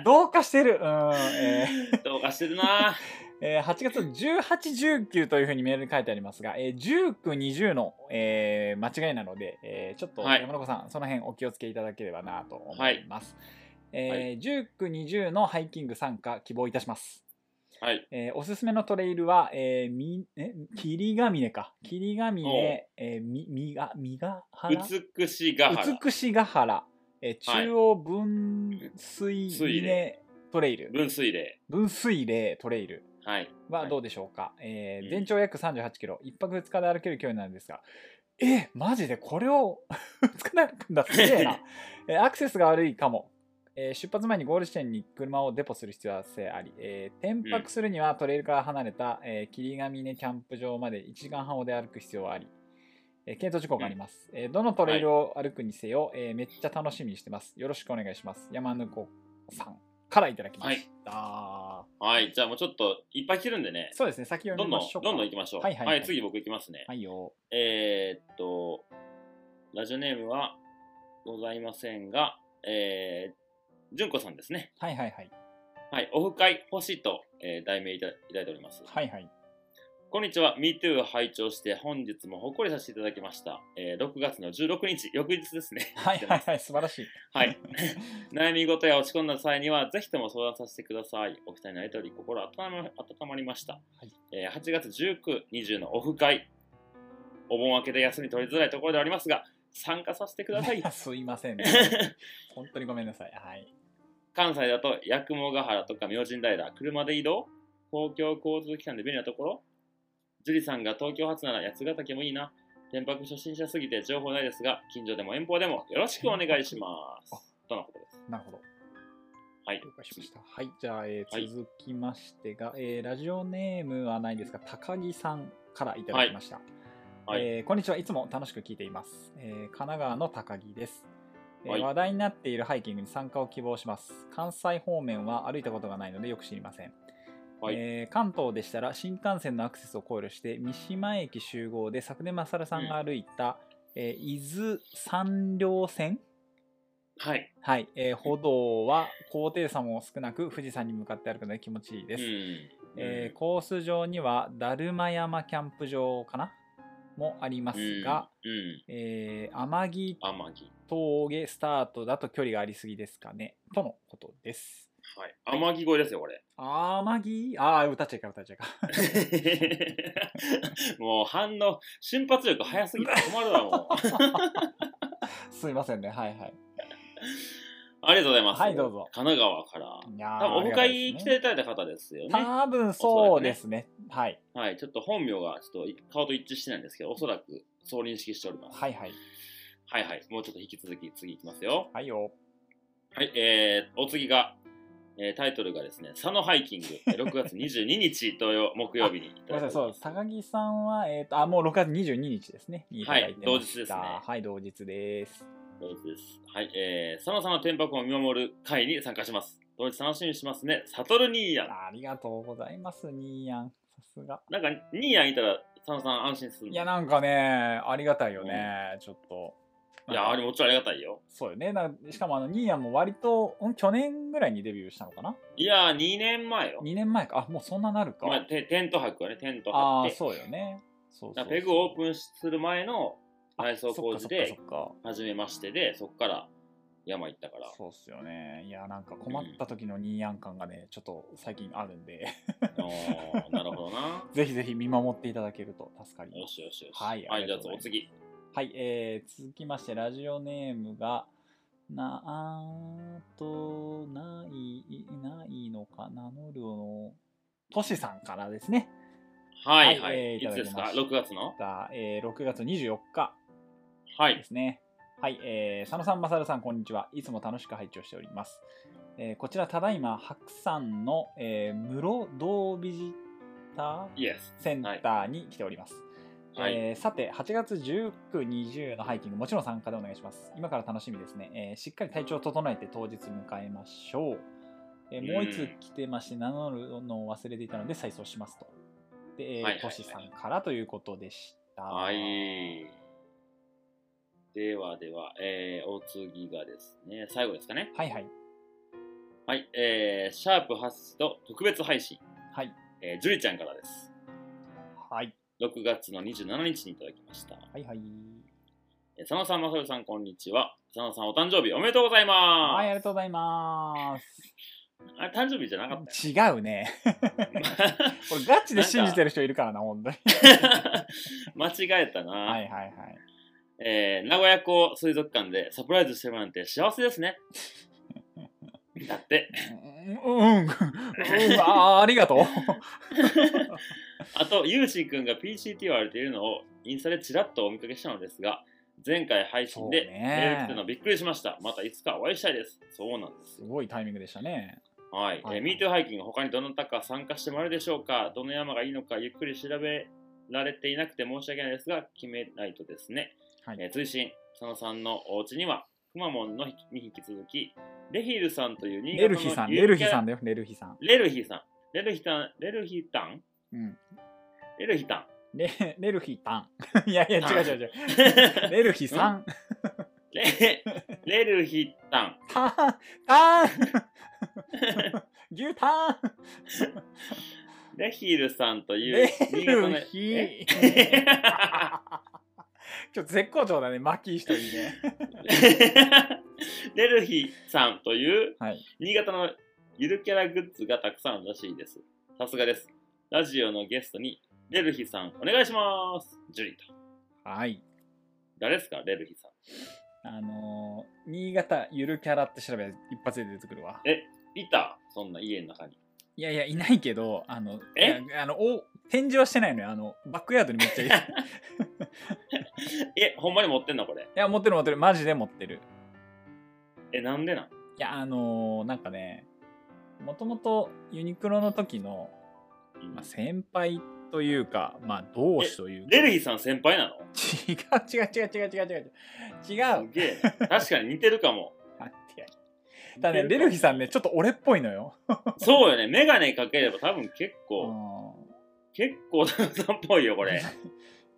Speaker 1: どうかしてる。うん。えー
Speaker 2: どうかしてるな
Speaker 1: えー8月18、19というふうにメールに書いてありますが、えー19、20の、えー間違いなので、えーちょっと
Speaker 2: はい
Speaker 1: 山中さん、その辺お気をつけいただければなと思
Speaker 2: はいい
Speaker 1: ます。えー19、20のハイキング参加希望いたします。
Speaker 2: はい。
Speaker 1: えーおすすめのトレイルは、えー、みえ霧ヶ峰か。霧ヶ峰、えー、みみが、みが原
Speaker 2: 美しがはら。
Speaker 1: 美しが原、えー
Speaker 2: はい
Speaker 1: 中央分水
Speaker 2: 水
Speaker 1: 嶺トレイル、
Speaker 2: 分水嶺。
Speaker 1: 分水嶺トレイル。
Speaker 2: はい。は
Speaker 1: はいどうでしょうか、えー
Speaker 2: うん
Speaker 1: 全長約3 8キロ1泊2日で歩ける距離なんですがえマジでこれを 2日で歩くんだすげ えな、えーアクセスが悪いかも、えー出発前にゴール地点に車をデポする必要性あり、えー転泊するにはトレイルから離れた、えー霧ヶ峰キャンプ場まで1時間半ほどで歩く必要はあり、えー、検討事項があります、えーどのトレイルを歩くにせよ、えーめっちゃ楽しみにしてますよろしくお願いします山ぬこさんからいただきました、
Speaker 2: はい。じゃあもうちょっと、いっぱい来るんでね。
Speaker 1: そうですね先読
Speaker 2: ど
Speaker 1: み
Speaker 2: んど
Speaker 1: ま
Speaker 2: ん
Speaker 1: しょ、うか
Speaker 2: どんどん行きましょう。
Speaker 1: はいはいはい
Speaker 2: 次僕行きますね。
Speaker 1: はいよ
Speaker 2: えーっと、ラジオネームはございませんが、えー、純子さんですね。
Speaker 1: はいはいはい。
Speaker 2: はい。オフ会、星と、えー題名いたいただいております。
Speaker 1: はい はい。
Speaker 2: こんにちは。MeToo を拝聴して、本日もほっこりさせていただきました。えー6月の16日、翌日ですね。
Speaker 1: はいはいはい。素晴らしい。
Speaker 2: はい。悩み事や落ち込んだ際には、ぜひとも相談させてください。お二人のやりとり、心温ま温まりました。
Speaker 1: い
Speaker 2: えー8月19、20のオフ会。お盆明けで休み取りづらいところではありますが、参加させてください
Speaker 1: すいませんね。本当にごめんなさい。はい。
Speaker 2: 関西だと八雲ヶ原とか明神平車で移動公共交通機関で便利なところ樹里さんが東京発なら八ヶ岳もいいな天白初心者すぎて情報ないですが近所でも遠方でもよろしくお願いしますとのことです
Speaker 1: なるほど。
Speaker 2: はい
Speaker 1: 了解しました。はい。じゃあ、えー
Speaker 2: はい
Speaker 1: 続きましてが、えーラジオネームはないですが、高木さんからいただきました。
Speaker 2: はい
Speaker 1: えーこんにちは。いつも楽しく聞いています。えー神奈川の高木です、えー
Speaker 2: はい
Speaker 1: 話題になっているハイキングに参加を希望します。関西方面は歩いたことがないのでよく知りません。
Speaker 2: はい
Speaker 1: えー関東でしたら新幹線のアクセスを考慮して三島駅集合で昨年マサルさんが歩いた、えー伊豆山稜線
Speaker 2: はい
Speaker 1: はい、えー歩道は高低差も少なく富士山に向かって歩くので気持ちいいです、
Speaker 2: うん
Speaker 1: えーコース上にはだるま山キャンプ場かなもありますが、
Speaker 2: うんうん
Speaker 1: えー天城
Speaker 2: 天城
Speaker 1: 峠スタートだと距離がありすぎですかねとのことです
Speaker 2: はい天城越えですよこ れ
Speaker 1: 天城ああ歌っちゃいかん歌っちゃいかん
Speaker 2: もう反応瞬発力早すぎて困るわもう
Speaker 1: すいませんねはいはい
Speaker 2: ありがとうございます
Speaker 1: はいどうぞ
Speaker 2: 神奈川から
Speaker 1: いやー
Speaker 2: 多分お
Speaker 1: あり
Speaker 2: 迎え
Speaker 1: が
Speaker 2: 来
Speaker 1: たい
Speaker 2: て
Speaker 1: で
Speaker 2: いただいた方ですよ
Speaker 1: すね
Speaker 2: ね。
Speaker 1: 多分そうですねはい
Speaker 2: はい、ちょっと本名がちょっと顔と一致してないんですけど、おそらくそう認識しております。
Speaker 1: はいはい
Speaker 2: はいはい、もうちょっと引き続き次いきますよ。
Speaker 1: はいよ
Speaker 2: はい、えー、お次が、えータイトルがですね、佐野ハイキング、えー6月22日土曜、木曜日にい
Speaker 1: ごめんなさ
Speaker 2: て
Speaker 1: い、
Speaker 2: お
Speaker 1: そ
Speaker 2: り
Speaker 1: う
Speaker 2: ま、す
Speaker 1: 高木さんは、えっ、と、あ、もう6月22日ですね。にいただいてました
Speaker 2: はい
Speaker 1: はい、同日です。
Speaker 2: 同日です。はい、えー、佐野さんの天白を見守る会に参加します。同日楽しみにしますね。サトルニーヤン。
Speaker 1: ありがとうございます、ニーヤン。さすが。
Speaker 2: なんか、ニーヤンいたら佐野さん安心するの
Speaker 1: いや、なんかね、ありがたいよね、ちょっと。
Speaker 2: いやあれもちろんありがたいよ。
Speaker 1: そうよね。なしかも、あの、ニーヤンも割と、ん去年ぐらいにデビューしたのかない
Speaker 2: やー、2年前よ。
Speaker 1: ?2 年前か。あ、もうそんななるか。
Speaker 2: まあ、テテント泊はね、テント
Speaker 1: あ
Speaker 2: 張
Speaker 1: あ
Speaker 2: っ
Speaker 1: ー、
Speaker 2: て、
Speaker 1: そうよね。そうそうそう
Speaker 2: ペグをオープンする前の内装工事
Speaker 1: そっ
Speaker 2: で
Speaker 1: かそっかそっか
Speaker 2: 初めましてで、そこから山行った から、
Speaker 1: そうっすよね。いや、なんか困った時のニーヤン感がね、ちょっと最近あるんで、
Speaker 2: おーなるほどな。
Speaker 1: ぜひぜひ見守っていただけると助かります
Speaker 2: よ。しよしよし。
Speaker 1: はいあり
Speaker 2: じゃあ
Speaker 1: がとうござい
Speaker 2: お
Speaker 1: ます
Speaker 2: 次。
Speaker 1: はい、えー、続きまして、ラジオネームが、なあと、ない、ないのか、名乗るの、としさんからですね。
Speaker 2: はいは
Speaker 1: はい
Speaker 2: い。
Speaker 1: えーい
Speaker 2: い
Speaker 1: ただ
Speaker 2: つ
Speaker 1: き
Speaker 2: ですか
Speaker 1: ました
Speaker 2: ?6 月の
Speaker 1: だえー6月24日
Speaker 2: は
Speaker 1: で
Speaker 2: い。
Speaker 1: すね。はい、えー、佐野さん、まさるさん、こんにちは。いつも楽しく拝聴しております。えーこちら、ただいま、白山の、えー、室堂ビジター
Speaker 2: イエス。
Speaker 1: センターに来ております。
Speaker 2: はい。
Speaker 1: えーさて8月19、20のハイキングもちろん参加でお願いします今から楽しみですね、えーしっかり体調を整えて当日迎えましょう、えーもう
Speaker 2: う
Speaker 1: 一
Speaker 2: ん
Speaker 1: 通来てまして名乗るのを忘れていたので再送しますとで、え
Speaker 2: は
Speaker 1: ー
Speaker 2: いはいはい
Speaker 1: トシさんからということでした
Speaker 2: はい。ではでは、えー、お次がですね、最後ですかね。
Speaker 1: はいはい
Speaker 2: はい。えー、シャープ発と特別配信、
Speaker 1: はい
Speaker 2: えー、ジュリちゃんからです。
Speaker 1: はい
Speaker 2: 6月の27日にいただきました。
Speaker 1: はいはい
Speaker 2: えー佐野さん、まさるさん、こんにちは。佐野さん、お誕生日おめでとうございま。
Speaker 1: はいありがとうございます
Speaker 2: あれ、誕生日じゃなかっ
Speaker 1: す違うね これガチで信じてる人いるからな本当に
Speaker 2: たよ。 間違えたな。
Speaker 1: はいはいはい
Speaker 2: えー名古屋港水族館でサプライズしてもらうなんて幸せ ですね。だって。
Speaker 1: うん うん、うん、あーありがとう
Speaker 2: あと、ゆうしんくんが PCT を歩いているのをインスタでちらっとお見かけしたのですが、前回配信で
Speaker 1: そうね
Speaker 2: メール来てるのびっくりしました。またいつかお会いしたいです。そうなんです
Speaker 1: す。ごいタイミングでしたね
Speaker 2: はい。
Speaker 1: はい
Speaker 2: えー、MeToo ハイキング、他にどなたか参加してもらえるでしょうかどの山がいいのかゆっくり調べられていなくて申し訳ないですが、決めないとですね。
Speaker 1: はい
Speaker 2: えー追伸、佐野さんのお家には、くまモンの引きに引き続き、レヒルさんという新潟
Speaker 1: レル
Speaker 2: の
Speaker 1: ヒさん、
Speaker 2: ゆ
Speaker 1: レ
Speaker 2: る
Speaker 1: ル
Speaker 2: キ
Speaker 1: ヒ
Speaker 2: ャラ
Speaker 1: さんだよ、レルヒさん。
Speaker 2: レルヒさん。レルヒタン、レルヒタン
Speaker 1: うん。
Speaker 2: レルヒ タン。
Speaker 1: レレルヒタン。い やいや、違う違う違う。レルヒさん。
Speaker 2: レレルヒタン。
Speaker 1: タン、タン。牛タン。
Speaker 2: レヒルさんという
Speaker 1: レ
Speaker 2: 新潟の
Speaker 1: ル。ヒ。
Speaker 2: え
Speaker 1: ちょっと絶好調だね、マキー人にね。
Speaker 2: レルヒさんという
Speaker 1: はい
Speaker 2: 新潟のゆるキャラグッズがたくさんあるらしいです。さすがです。ラジオのゲストにレルヒさんお願いします。ジュリと。
Speaker 1: はい。
Speaker 2: 誰ですかレルヒさん。
Speaker 1: あのー、新潟ゆるキャラって調べたら一発で出てくるわ。
Speaker 2: いたそんな家の中に。
Speaker 1: いやいや、いないけど、あの、
Speaker 2: え
Speaker 1: いやあの、お、展示はしてないのよ。あの、バックヤードにめっちゃい る。い
Speaker 2: え、ほんまに持ってんのこれ。
Speaker 1: や、持ってる持ってる。マジで持ってる。
Speaker 2: え、なんでなん
Speaker 1: いや、あのー、なんかね、もともとユニクロの時の、
Speaker 2: うん
Speaker 1: まあ、先輩というか、まあ、同志というか。
Speaker 2: レルヒさん先輩なの
Speaker 1: 違う違う違う違う違う違う違う。違う
Speaker 2: す。げえな。確かに似てるかも。
Speaker 1: 待ってやただね、レルヒさんね、ちょっと俺っぽいのよ。
Speaker 2: そうよね。メガネかければ多分結構、
Speaker 1: うん
Speaker 2: 結構ダンさんっぽいよ、これ。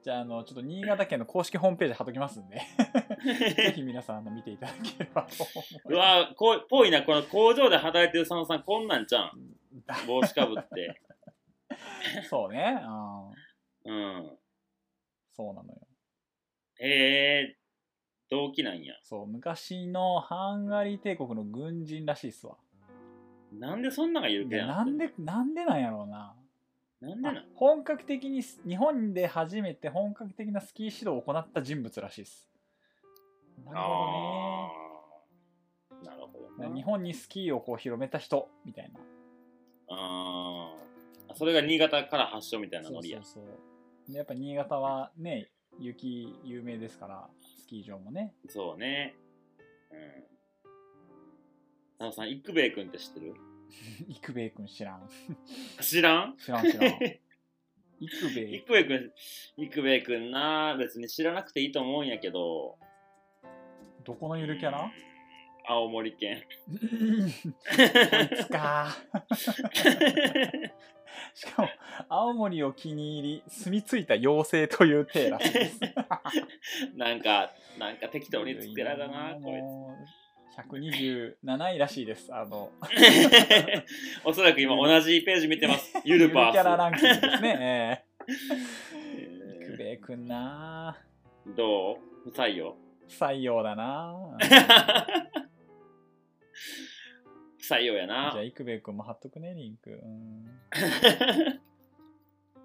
Speaker 1: じゃあ、あの、ちょっと新潟県の公式ホームページ貼っときますんで、ぜひ皆さんあの見ていただければと思
Speaker 2: うわこうぽいな。この工場で働いてる佐野さん、こんなんじゃん。
Speaker 1: う。だ
Speaker 2: 帽子かぶ って。
Speaker 1: そうね、うん。
Speaker 2: うん。
Speaker 1: そうなのよ。
Speaker 2: へえ、動機なんや。
Speaker 1: そう、昔のハンガリー帝国の軍人らしいっすわ。
Speaker 2: なんでそんなんがいるけ
Speaker 1: でなんで、なんでなんやろうな。
Speaker 2: なんでな
Speaker 1: あ本格的にす、日本で初めて本格的なスキー指導を行った人物らしいっす。なるほ
Speaker 2: あーなるほ
Speaker 1: ど
Speaker 2: ど
Speaker 1: ね。日
Speaker 2: ね。
Speaker 1: 本にスキーをこう広めた人、みたいな。
Speaker 2: あーそれが新潟から発祥みたいな
Speaker 1: そ
Speaker 2: ノ
Speaker 1: う
Speaker 2: リ
Speaker 1: そ
Speaker 2: や
Speaker 1: う。そう。でやっぱ新潟はね、雪有名ですから、スキー場もね。
Speaker 2: そうね。うん。佐野さん、イクベイ君って知ってる
Speaker 1: 幾兵衛君知らん。
Speaker 2: 知らん
Speaker 1: 知らん知 らん。幾兵
Speaker 2: イ
Speaker 1: 衛
Speaker 2: クベイ君、イクベイ君な、別に知らなくていいと思うんやけど。
Speaker 1: どこのゆるキャ
Speaker 2: うん
Speaker 1: ラ
Speaker 2: 青森 県。
Speaker 1: こいつか。 しかも、青森を気に入り、住み着いた妖精という体らしいです。
Speaker 2: なんか、なんか適当に作らだな、こいつ。
Speaker 1: もう127位らしいです。あの、
Speaker 2: おそらく今同じページ見てます。ゆるパース。
Speaker 1: ゆるキャラランキングで すね。ええ
Speaker 2: え
Speaker 1: 久兵衛くんなぁ
Speaker 2: ーどう不採用
Speaker 1: 不採用だなぁ
Speaker 2: 不
Speaker 1: じゃ
Speaker 2: 採用やな
Speaker 1: あ、。幾兵衛くんも貼っとくね、リンク。うん
Speaker 2: うん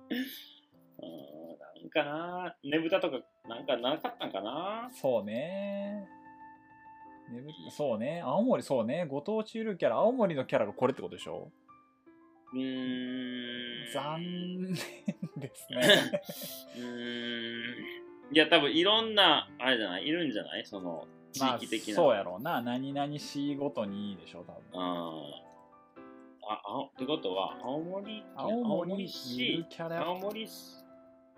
Speaker 2: なんかな、ねぶたとかなんかなかったんかな。
Speaker 1: そうね。ねぶそうね。青森、そうね。ご当地ゆるキャラ、青森のキャラがこれってことでしょ
Speaker 2: うーん。
Speaker 1: 残念です ね。
Speaker 2: うーん。いや、多分いろんな、あれじゃない、いるんじゃないその、地
Speaker 1: まあ
Speaker 2: 域的な。
Speaker 1: そうやろうな。何々市ごとにでしょ、多分。
Speaker 2: うん。あ、あってことは、青森県、
Speaker 1: 青森ゆる
Speaker 2: 市、
Speaker 1: キャラ
Speaker 2: 青。森市、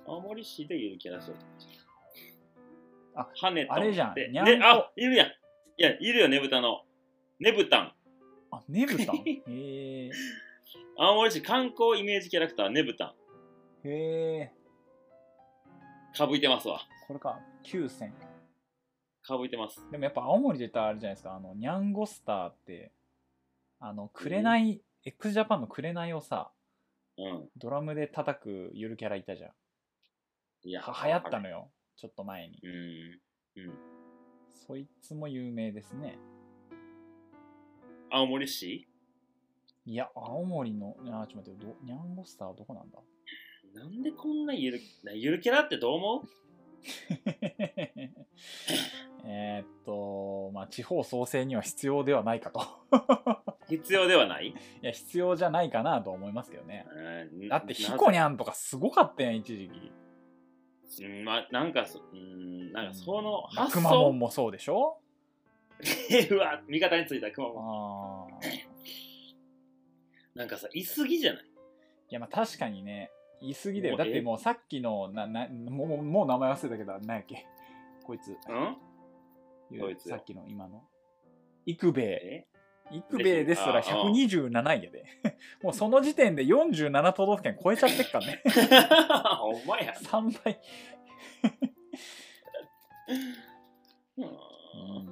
Speaker 2: 青森市でゆるキャラしてる。
Speaker 1: あ、
Speaker 2: ハネトン
Speaker 1: あれじゃん
Speaker 2: って
Speaker 1: にゃんこ
Speaker 2: ね、あ、いるやん。いや、いるよ、ねぶたの。ねぶたん。
Speaker 1: あ、ねぶたん。へえ。
Speaker 2: 青森市観光イメージキャラクター、ねぶたん。
Speaker 1: へえ。
Speaker 2: かぶいてますわ。
Speaker 1: これか。9000。
Speaker 2: かぶいてます。
Speaker 1: でもやっぱ青森で言ったらあれじゃないですか。あの、ニャンゴスターって、あの、くれない、x ジャパンのくれないをさ、
Speaker 2: うん。
Speaker 1: ドラムで叩くゆるキャラいたじゃん。
Speaker 2: いや、
Speaker 1: は流行ったのよ。ちょっと前に
Speaker 2: う。ん。
Speaker 1: そいつも有名ですね。
Speaker 2: 青森市
Speaker 1: いや、青森の、あー、ちょっと待ってよ、どニャンゴスターはどこなんだ
Speaker 2: なんでこんなゆる、なゆるキャラってどう思う
Speaker 1: えーっと、まあ、地方創生には必要ではないかと。
Speaker 2: 必要ではない
Speaker 1: いや、必要じゃないかなと思いますけどね。
Speaker 2: うん
Speaker 1: だって、
Speaker 2: な
Speaker 1: ヒコニャンとかすごかったやん、一時期。
Speaker 2: うん、まあ、なんかそ、うん、なんかその
Speaker 1: まあ
Speaker 2: 発
Speaker 1: くまモ
Speaker 2: 想
Speaker 1: ンもそうでしょ
Speaker 2: うわ、味方についたくまモン。
Speaker 1: ああ。
Speaker 2: なんかさ、いすぎじゃない
Speaker 1: いや、まあ、確かにね、言い過ぎだよ。
Speaker 2: も
Speaker 1: だ
Speaker 2: う
Speaker 1: っ
Speaker 2: え
Speaker 1: てもうさっきの、な、な、もう、もう名前忘れたけど、何やっけ。こいつ。
Speaker 2: うんこいつ
Speaker 1: さっきの、今の。イクベイ。
Speaker 2: え
Speaker 1: イクベイですら
Speaker 2: ああ
Speaker 1: 127位 やで。もうその時点で47都道府県超えちゃってっからね。
Speaker 2: お前や。
Speaker 1: 3倍。
Speaker 2: うん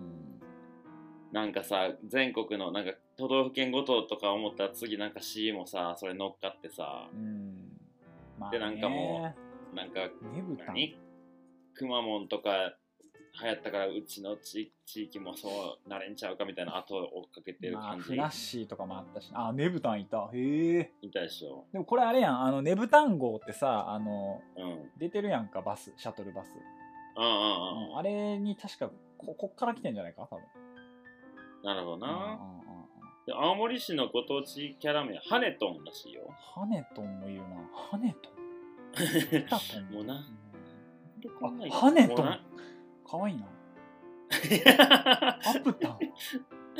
Speaker 2: なんかさ、全国の、なんか、都道府県ごととか思ったら次なんか C もさ、それ乗っかってさ、
Speaker 1: うん。まあ、ね、
Speaker 2: でなんかもなんか、
Speaker 1: う。ねぶたん。
Speaker 2: 何くまモンとか流行ったからうちの地地域もそうなれんちゃうかみたいな後を追っかけてる
Speaker 1: まあ、
Speaker 2: 感
Speaker 1: フラッ
Speaker 2: じ
Speaker 1: シーとかもあったし。あ、ねぶたんいた。へえ。
Speaker 2: みたいでしょ。
Speaker 1: でもこれあれやん。あの、ねぶたん号ってさ、あの、
Speaker 2: うん。
Speaker 1: 出てるやんか、バス、シャトルバス。
Speaker 2: うんうんうん。
Speaker 1: うんあれに確かこ、こっから来てんじゃないか多分。
Speaker 2: なるほど
Speaker 1: うん
Speaker 2: な。
Speaker 1: うんうんうん
Speaker 2: で青森市のご当地キャラ名、ハネトンらしいよ。
Speaker 1: ハネトンも言うな。ハネ トンピタトン
Speaker 2: もうな
Speaker 1: うん
Speaker 2: こんなん
Speaker 1: あハネト
Speaker 2: もう
Speaker 1: ン
Speaker 2: な
Speaker 1: かわいいな。アプタ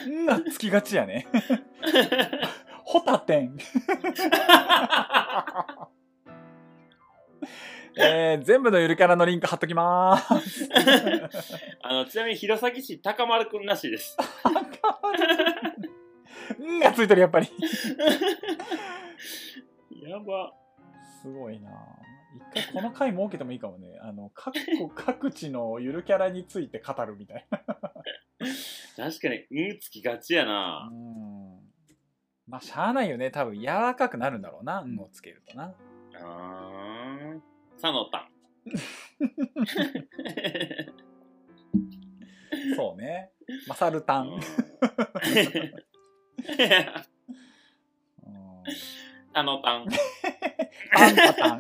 Speaker 1: ン。んなつきがちやね。ホタテン。 えー、全部のゆるキャラのリンク貼っときまーす。
Speaker 2: あのちなみに弘前市高丸くんらしい です。
Speaker 1: んがついてる、やっぱり。
Speaker 2: やば。
Speaker 1: すごいな一回この回設けてもいいかもね。あの、各国、 各地のゆるキャラについて語るみたいな。
Speaker 2: 確かに、うんつきがちや
Speaker 1: う
Speaker 2: な。
Speaker 1: ん。まあ、しゃあないよね。多分、柔らかくなるんだろうな。うんをつけるとな。
Speaker 2: うーん。サノ タン。
Speaker 1: そうね。マサルタ ン。うん
Speaker 2: サノタン。
Speaker 1: パンパタン。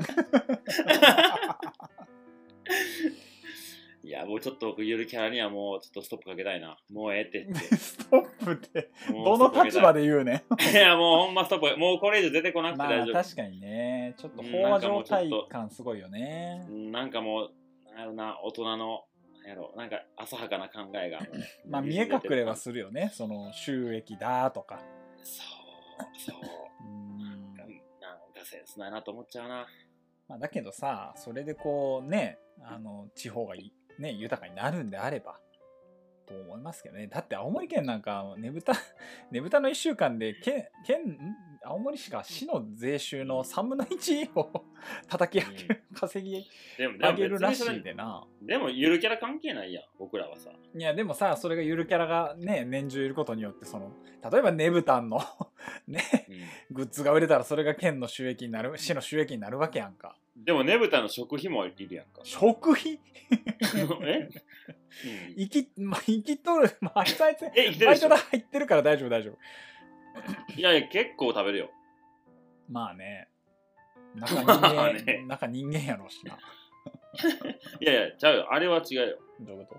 Speaker 2: いや、もうちょっと僕、ゆるキャラにはもうちょっとストップかけたいな。もうええって。
Speaker 1: ストップって、
Speaker 2: も
Speaker 1: ど
Speaker 2: うストッ
Speaker 1: の
Speaker 2: プかけ
Speaker 1: 立
Speaker 2: たい
Speaker 1: 場で言うね。
Speaker 2: いや、もうほんまストップ。もうこれ以上出てこなくて
Speaker 1: まあ
Speaker 2: 大丈夫。
Speaker 1: 確かにね、ちょっと飽和状態感すごいよね
Speaker 2: う。んなんかもう、なんやろな、大人の、なんやろ、なんか浅はかな考えが。
Speaker 1: まあ見え隠れは
Speaker 2: そ
Speaker 1: するよね、その収益だとか。
Speaker 2: う、そう、
Speaker 1: うん
Speaker 2: なんかセンスないなと思っちゃうな。
Speaker 1: まあ、だけどさ、それでこうね、あの地方がいね、豊かになるんであれば。と思いますけどねだって青森県なんかねぶた ねぶたの1週間で県県ん青森市が市の税収の3分の1を 叩き上げる、稼ぎ
Speaker 2: でも、で
Speaker 1: 上
Speaker 2: も
Speaker 1: げるらし
Speaker 2: 別
Speaker 1: い
Speaker 2: に
Speaker 1: でな。
Speaker 2: それでも、ゆるキャラ関係ないやん、僕らは さ。
Speaker 1: いやでもさそれがゆるキャラがね年中いることによってその例えばねぶたんの ね
Speaker 2: うん
Speaker 1: グッズが売れたらそれが県の収益になる市の収益になるわけやんか。
Speaker 2: でも、ねぶたの食費もいるやんか
Speaker 1: 食費
Speaker 2: え、うん
Speaker 1: 生き,、まあ、生きとる、まあ、あいつあいつ
Speaker 2: え、生きてる
Speaker 1: バ
Speaker 2: で
Speaker 1: イ
Speaker 2: し
Speaker 1: ト
Speaker 2: ょ
Speaker 1: が入ってるから大丈夫大丈夫
Speaker 2: いやいや、結構食べるよ。
Speaker 1: まあね中人間、
Speaker 2: まあね
Speaker 1: 中人間やろうしない
Speaker 2: やいや、ちゃうよ。あれは違うよ。
Speaker 1: どういうこ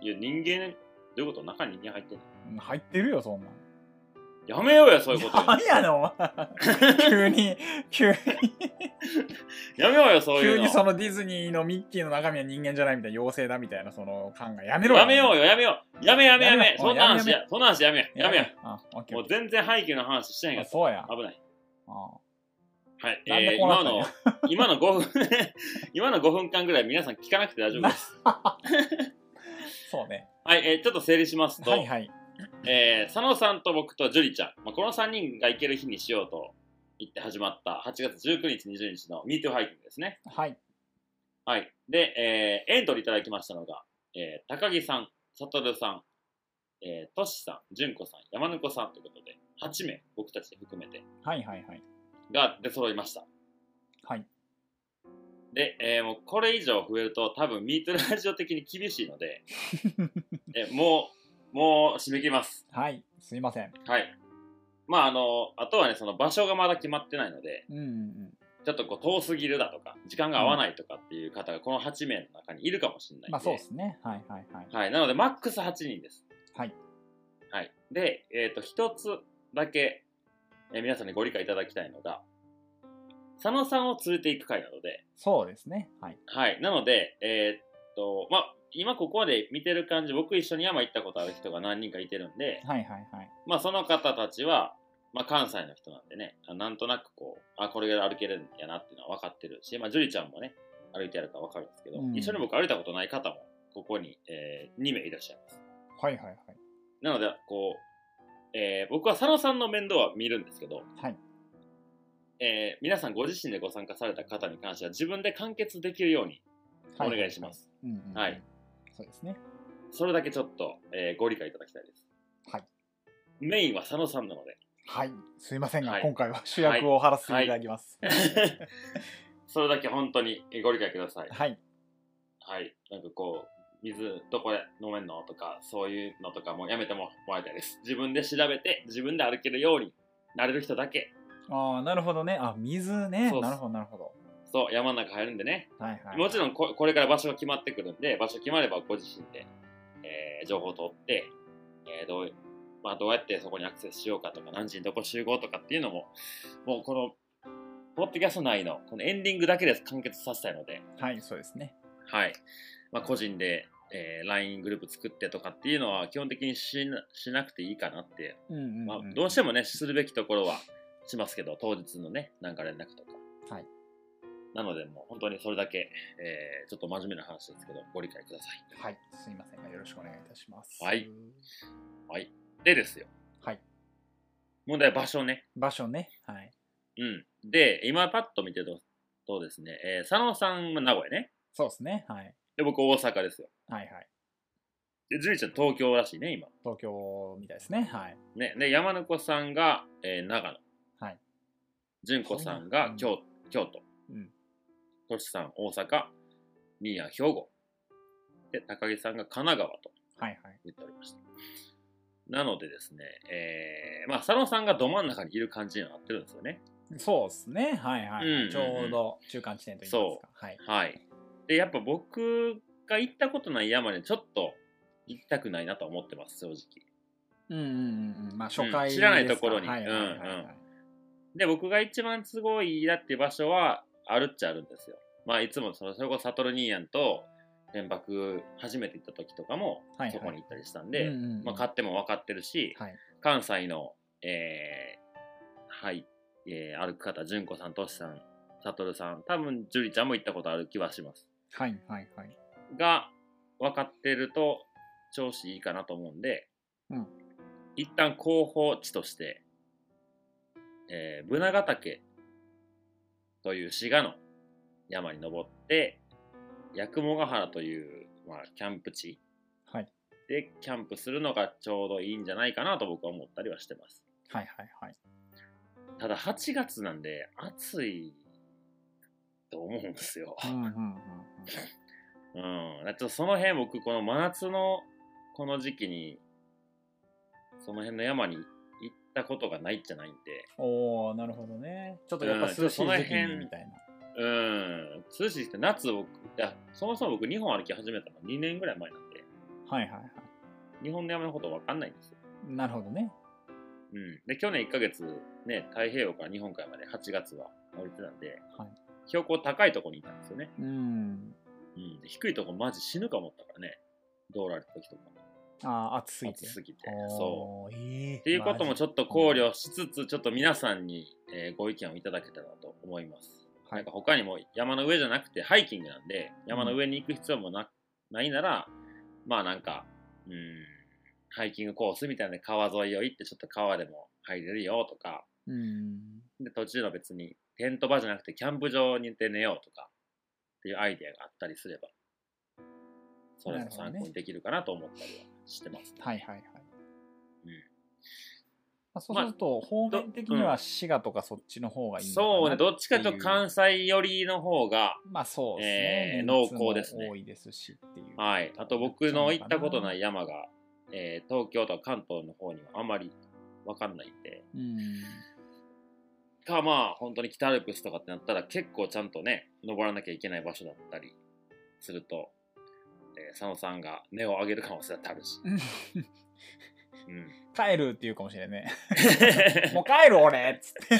Speaker 2: いや、人間、どういうこと中に人間入ってんの
Speaker 1: と入ってるよそんなん
Speaker 2: やめようや、そういうこと。
Speaker 1: 何やねんお 前急に急に
Speaker 2: やめようよ、そういう
Speaker 1: 急
Speaker 2: の。
Speaker 1: にそのディズニーのミッキーの中身は人間じゃないみたいな妖精だみたいなその感がやめろ
Speaker 2: やめようよ、やめよう。やめやめや
Speaker 1: やめ
Speaker 2: め
Speaker 1: よ。う
Speaker 2: そんな話
Speaker 1: やめや
Speaker 2: や、そんな話やめよ。やめよ。
Speaker 1: あ、オッケー
Speaker 2: も
Speaker 1: オ
Speaker 2: う
Speaker 1: ッケ
Speaker 2: 全然背景の話して
Speaker 1: ー。
Speaker 2: ない
Speaker 1: あ
Speaker 2: か
Speaker 1: そうや
Speaker 2: ら。。危ない。
Speaker 1: あ
Speaker 2: はい。
Speaker 1: なん
Speaker 2: えー
Speaker 1: でこうな
Speaker 2: 今
Speaker 1: ったん
Speaker 2: の
Speaker 1: や、
Speaker 2: 今の5分、 今の5分間ぐらい皆さん聞かなくて大丈夫です。
Speaker 1: そうね。
Speaker 2: はい、えーちょっと整理しますと、
Speaker 1: はいはい。
Speaker 2: えー佐野さんと僕と樹里ちゃん、まあ、この3人が行ける日にしようと言って始まった8月19日、20日の MeToo ハイキングですね。
Speaker 1: はい。
Speaker 2: はい。で、えーエントリーいただきましたのが、えー高木さん、悟さん、えー、トシさん、純子さん、山猫さんということで、8名、僕たち含めて、
Speaker 1: はいはいはい。
Speaker 2: が出揃いました。
Speaker 1: はい。
Speaker 2: で、えーもうこれ以上増えると、多分、ミートラジオ的に厳しいので、えーもう、もう締め切ります。
Speaker 1: はい。すいません。
Speaker 2: はい。まあ、あの、あとはね、その場所がまだ決まってないので、
Speaker 1: うんうんうん。
Speaker 2: ちょっとこう遠すぎるだとか、時間が合わないとかっていう方が、この8名の中にいるかもしれないんで。
Speaker 1: まあそうですね。はいはいはい。
Speaker 2: はい、なのでマックス8人です。
Speaker 1: はい。
Speaker 2: はい、で、えっ、と、一つだけ、えー皆さんにご理解いただきたいのが、佐野さんを連れていく回なので、
Speaker 1: そうですね。はい。
Speaker 2: はい、なので、えっと、まあ、今ここまで見てる感じ、僕一緒に山行ったことある人が何人かいてるんで、
Speaker 1: はいはいはい。
Speaker 2: まあ、その方たちは、まあ、関西の人なんでね、あなんとなくこう、あ、これぐらい歩けるんやなっていうのは分かってるし、まあ、ジュリちゃんもね、歩いてやるから分かるんですけど、
Speaker 1: うん
Speaker 2: 一緒に僕歩いたことない方も、ここに、え2名いらっしゃいます。
Speaker 1: はいはいはい。
Speaker 2: なので、こう、えー僕は佐野さんの面倒は見るんですけど、
Speaker 1: はい。
Speaker 2: えー皆さんご自身でご参加された方に関しては自分で完結できるようにお願いします。
Speaker 1: うんうんうん。
Speaker 2: はい。
Speaker 1: そうですね。
Speaker 2: それだけちょっと、えーご理解いただきたいです。
Speaker 1: はい。
Speaker 2: メインは佐野さんなの で、
Speaker 1: はい。すいませんが、
Speaker 2: はい
Speaker 1: 今回は主役を張らせていただきます。
Speaker 2: それだけ本当にご理解ください。
Speaker 1: はい。
Speaker 2: はい。なんかこう、水どこで飲めんのとか、そういうのとかもやめてもらいたいです。自分で調べて、自分で歩けるようになれる人だけ
Speaker 1: ああ、なるほどね。あ、水ね。
Speaker 2: そうっす
Speaker 1: なるほどなるほど。
Speaker 2: そう、山の中入るんでね。
Speaker 1: はいはい。
Speaker 2: もちろんこ、これから場所が決まってくるんで、場所決まればご自身で、えー情報を取って、えーどう、まあ、どうやってそこにアクセスしようかとか、何時にどこ集合とかっていうのも、もうこの、ポッドキャスト内の、このエンディングだけで完結させたいので、
Speaker 1: はい、そうですね。
Speaker 2: はい。まあ、個人で、えー LINE グループ作ってとかっていうのは、基本的にしなしなくていいかなって、
Speaker 1: うんうん、うん
Speaker 2: まあ、どうしてもね、するべきところはしますけど、当日のね、なんか連絡とか。
Speaker 1: はい。
Speaker 2: なので、もう本当にそれだけ、えーちょっと真面目な話ですけど、ご理解ください。
Speaker 1: はい、すいませんが、よろしくお願いいたします。
Speaker 2: はい。でですよ。
Speaker 1: はい。
Speaker 2: 問題は場所ね。
Speaker 1: 場所ね。はい。
Speaker 2: うん。で、今パッと見てると、そうですね、えー佐野さんは名古屋ね。
Speaker 1: そうですね。はい。
Speaker 2: で、僕大阪ですよ。
Speaker 1: はいはい。
Speaker 2: で、樹里ちゃん東京らしいね、今。
Speaker 1: 東京みたいですね。はい。
Speaker 2: ね、で山猫さんが、えー長野、
Speaker 1: はい、
Speaker 2: 純子さんが
Speaker 1: そう
Speaker 2: 京,、京都、
Speaker 1: うん、
Speaker 2: としさん大阪新谷兵庫で高木さんが神奈川と
Speaker 1: はいはい。
Speaker 2: 言っておりましたなのでですね、えーまあ、佐野さんがど真ん中にいる感じになってるんですよね
Speaker 1: そうですね。はいはい。
Speaker 2: うんうんうん
Speaker 1: ちょうど中間地点といいますか。はい。
Speaker 2: はいでやっぱ僕が行ったことない山にちょっと行きたくないなと思ってます正直
Speaker 1: うんうんうんうん。まあ初回、
Speaker 2: うん知らないところに
Speaker 1: はいはいはい、はい
Speaker 2: うんうんで僕が一番都合いいなっていう場所はあるっちゃあるんですよ。まあいつもそのそれこそサトルニーヤンと連泊初めて行った時とかも
Speaker 1: はいはい
Speaker 2: そこに行ったりしたんで、
Speaker 1: うんうんうん
Speaker 2: まあ、買っても分かってるし、
Speaker 1: はい
Speaker 2: 関西の、えーはいえー歩く方純子さんとしさんサトルさん多分樹里ちゃんも行ったことある気はします
Speaker 1: はいはいはい。
Speaker 2: が分かってると調子いいかなと思うんで、
Speaker 1: うん
Speaker 2: 一旦候補地として、えー、ブナヶ岳という滋賀の山に登って八雲ヶ原という、まあ、キャンプ地
Speaker 1: はい
Speaker 2: でキャンプするのがちょうどいいんじゃないかなと僕は思ったりはしてます
Speaker 1: はいはいはい。
Speaker 2: ただ8月なんで暑いと思うんですよ
Speaker 1: うんうんうんうん。
Speaker 2: うん、だってその辺僕この真夏のこの時期にその辺の山に行ったことがないじゃないんで
Speaker 1: おおなるほどね。ちょっとやっぱ涼しい時期にみたいな。
Speaker 2: うん涼しいって夏僕いやそもそも僕日本歩き始めたの2年ぐらい前なんで
Speaker 1: はいはいは
Speaker 2: 日本の山のこと分かんないんですよ、
Speaker 1: い。なるほどね。
Speaker 2: うん、で去年1ヶ月ね太平洋から日本海まで8月は降りてたんで、
Speaker 1: はい
Speaker 2: 標高高いとこにいたんですよね、
Speaker 1: うん。
Speaker 2: うん、で低いとこマジ死ぬか思ったからね道路歩く時とか
Speaker 1: ああ、暑すぎて。
Speaker 2: 暑すぎてそう
Speaker 1: う。ええ
Speaker 2: っていうことも
Speaker 1: ょ
Speaker 2: ちょっと考慮しつつ、ちょっと皆さんに、えーご意見をいただけたらと思います。
Speaker 1: は
Speaker 2: な
Speaker 1: い
Speaker 2: んか他にも山の上じゃなくてハイキングなんで、山の上に行く必要もなないなら、まあなんか、うーん、ハイキングコースみたいな川沿いを行って、ちょっと川でも入れるよとか、
Speaker 1: うん。
Speaker 2: で途中の別にテント場じゃなくてキャンプ場に行って寝ようとかっていうアイデアがあったりすれば、それも参考にできるかなと思ったりはしてます、
Speaker 1: はいはいは
Speaker 2: う
Speaker 1: い。
Speaker 2: ん
Speaker 1: まあ、そうすると、方面的に
Speaker 2: う
Speaker 1: は
Speaker 2: ん
Speaker 1: 滋賀とかそっちの方がいいのかな
Speaker 2: そうね、どっちかというと関西寄りの方が、
Speaker 1: まあそうです
Speaker 2: え
Speaker 1: ね。
Speaker 2: ー
Speaker 1: メンツも
Speaker 2: 濃厚ですね
Speaker 1: 多いですしっていう。
Speaker 2: はい。あと僕の行ったことない山が、えー東京とか関東の方にはあまりわかんないんで。
Speaker 1: うん。
Speaker 2: か、まあ、本当に北アルプスとかってなったら結構ちゃんとね、登らなきゃいけない場所だったりすると、えー佐野さんが根を上げる可能性だってあるし。うん。
Speaker 1: 帰るっていうかもしれないね。 もう帰る俺っつ って。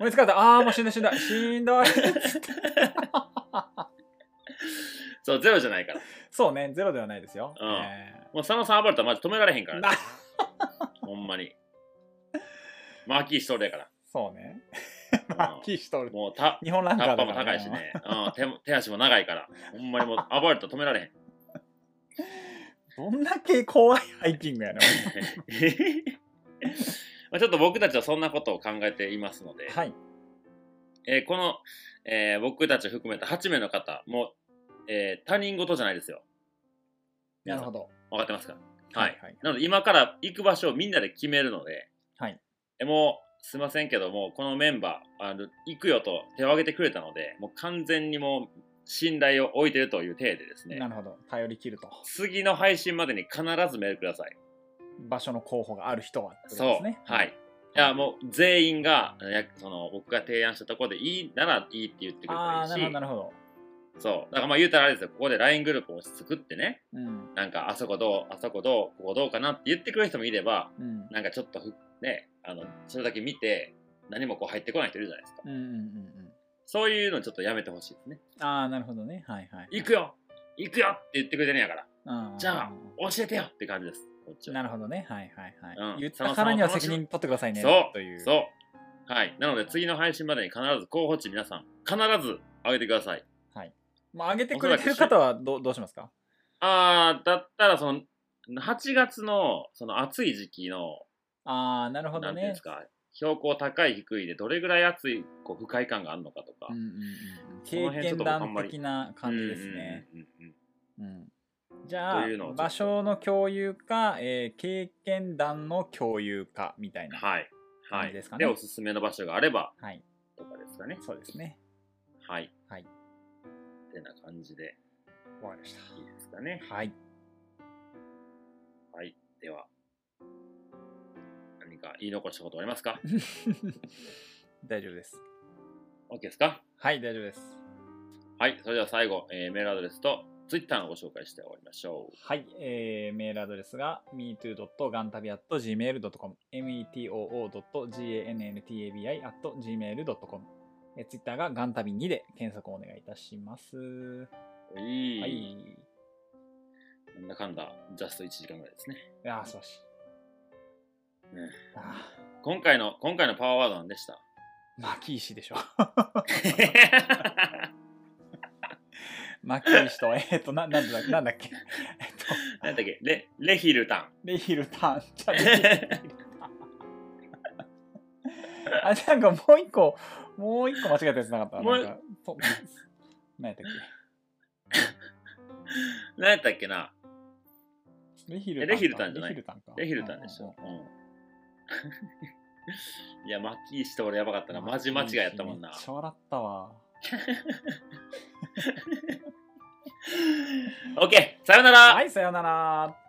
Speaker 1: 俺疲れた。ああ、もうしんどいしんどい。しんどい。
Speaker 2: そう、ゼロじゃないから。
Speaker 1: そうね、ゼロではないですよ。
Speaker 2: うん
Speaker 1: え
Speaker 2: もう佐野さん暴れたらマジ止められへんから、
Speaker 1: ー
Speaker 2: ね
Speaker 1: な、
Speaker 2: ほんまに。マーキーしとるやから。
Speaker 1: そうね。
Speaker 2: うん
Speaker 1: まあ、キーしとる。
Speaker 2: もうた、
Speaker 1: 日本ランカ
Speaker 2: タ
Speaker 1: ー
Speaker 2: ッパ
Speaker 1: だ
Speaker 2: ーも
Speaker 1: から、
Speaker 2: 高いし。ね、うん、手も手足も長いから、ほんまにもう暴れたら止められへん。
Speaker 1: どんだけ怖いハイキングやね。
Speaker 2: まあちょっと僕たちはそんなことを考えていますので、
Speaker 1: はい。
Speaker 2: えーこの、えー僕たちを含めた8名の方も、えー他人事じゃないですよ。
Speaker 1: なるほど。
Speaker 2: 分かってますかはい。
Speaker 1: はい。
Speaker 2: なので今から行く場所をみんなで決めるので、
Speaker 1: はい
Speaker 2: えーもうすいませんけども、このメンバー、あの行くよと手を挙げてくれたので、もう完全にもう信頼を置いてるという体でですね
Speaker 1: な、るほど。頼り切ると。
Speaker 2: 次の配信までに必ずメールください。
Speaker 1: 場所の候補がある人はってこと
Speaker 2: そう、
Speaker 1: ですね。
Speaker 2: はい。いやもう全員がやその僕が提案したところでいいならいいって言ってくれ
Speaker 1: ああ、
Speaker 2: たらい
Speaker 1: なるほ
Speaker 2: い
Speaker 1: ど、
Speaker 2: し
Speaker 1: なるほど。
Speaker 2: そうだからまあ言うたらあれですよここで LINE グループを作ってね
Speaker 1: うん。
Speaker 2: なんかあそこどうあそこどうここどうかなって言ってくれる人もいれば
Speaker 1: うん。
Speaker 2: なんかちょっとふねあのそれだけ見て何もこう入ってこない人いるじゃないですか
Speaker 1: うんうんうん
Speaker 2: そういうのちょっとやめてほしいですね
Speaker 1: うん。ああ、なるほどね。はいはい。
Speaker 2: 行くよ行くよって言ってくれてるんやから
Speaker 1: うん
Speaker 2: じゃあ教えてよって感じですこっちは
Speaker 1: なるほどね。はいはいはい。
Speaker 2: うん
Speaker 1: 言ったからには責任取ってくださいね。
Speaker 2: そう
Speaker 1: という。
Speaker 2: そうはいなので次の配信までに必ず候補地皆さん必ず上げてください
Speaker 1: まあ、上げてくれてる方はどうどうしますか
Speaker 2: あーだったらその8月のその暑い時期の
Speaker 1: ああ、なるほ
Speaker 2: な
Speaker 1: ど
Speaker 2: んていうん
Speaker 1: ね
Speaker 2: です。か標高高い低いでどれぐらい暑いこう不快感があるのかとか、
Speaker 1: うんうんうん
Speaker 2: その
Speaker 1: 経
Speaker 2: 辺ちょっ
Speaker 1: 験
Speaker 2: と僕あん
Speaker 1: 談
Speaker 2: まり
Speaker 1: 的な感じですね。
Speaker 2: うんうんうんうん
Speaker 1: うんじゃあ
Speaker 2: というのをちょっと
Speaker 1: 場所の共有か、えー経験談の共有かみたいな。
Speaker 2: はいは
Speaker 1: 感
Speaker 2: い
Speaker 1: じ
Speaker 2: で
Speaker 1: ですかね
Speaker 2: おすすめの場所があれば
Speaker 1: はい
Speaker 2: とかですかね
Speaker 1: そうですね。
Speaker 2: はい
Speaker 1: はい
Speaker 2: ってな感じで
Speaker 1: わかりまし
Speaker 2: いいですかね
Speaker 1: た。はい。
Speaker 2: はいでは何か言い残したことありますか
Speaker 1: 大丈夫です。
Speaker 2: OK ですか
Speaker 1: はい、大丈夫です。
Speaker 2: はいそれでは最後、えーメールアドレスと Twitter のご紹介して終わりましょう
Speaker 1: はい、えーメールアドレスが metoo.gantabi.gmail.com metoo.gantabi.gmail.com えー、ツイッターがガンタビ2で検索をお願いいたします。
Speaker 2: いい、
Speaker 1: はい。い
Speaker 2: なんだかんだジャスト1時間ぐらいですね
Speaker 1: やー、素晴らしい。
Speaker 2: ね
Speaker 1: あ
Speaker 2: 今回の今回のパワーワードなんで した
Speaker 1: ーマキーシでしょ。 マキーシと、えっと、な、なんだ、なんだっけ。えっと、
Speaker 2: 何だっけレレヒル タ
Speaker 1: レヒルターン。じゃ
Speaker 2: ン
Speaker 1: あ、あなんかもう一個、もう一個間違えたやつなかった。
Speaker 2: もう
Speaker 1: なんか、と、何やったっ
Speaker 2: 何やったっけな
Speaker 1: け。レヒル
Speaker 2: えレヒルタンじゃない
Speaker 1: レヒルタンか。
Speaker 2: レヒルタンでしょ
Speaker 1: う、
Speaker 2: うん、い やマッキーして俺やばかった
Speaker 1: んうん
Speaker 2: な
Speaker 1: うん
Speaker 2: マジ間違いやったもんな
Speaker 1: めっちゃ笑ったわ。
Speaker 2: オッケーさよなら
Speaker 1: はい、さようなら。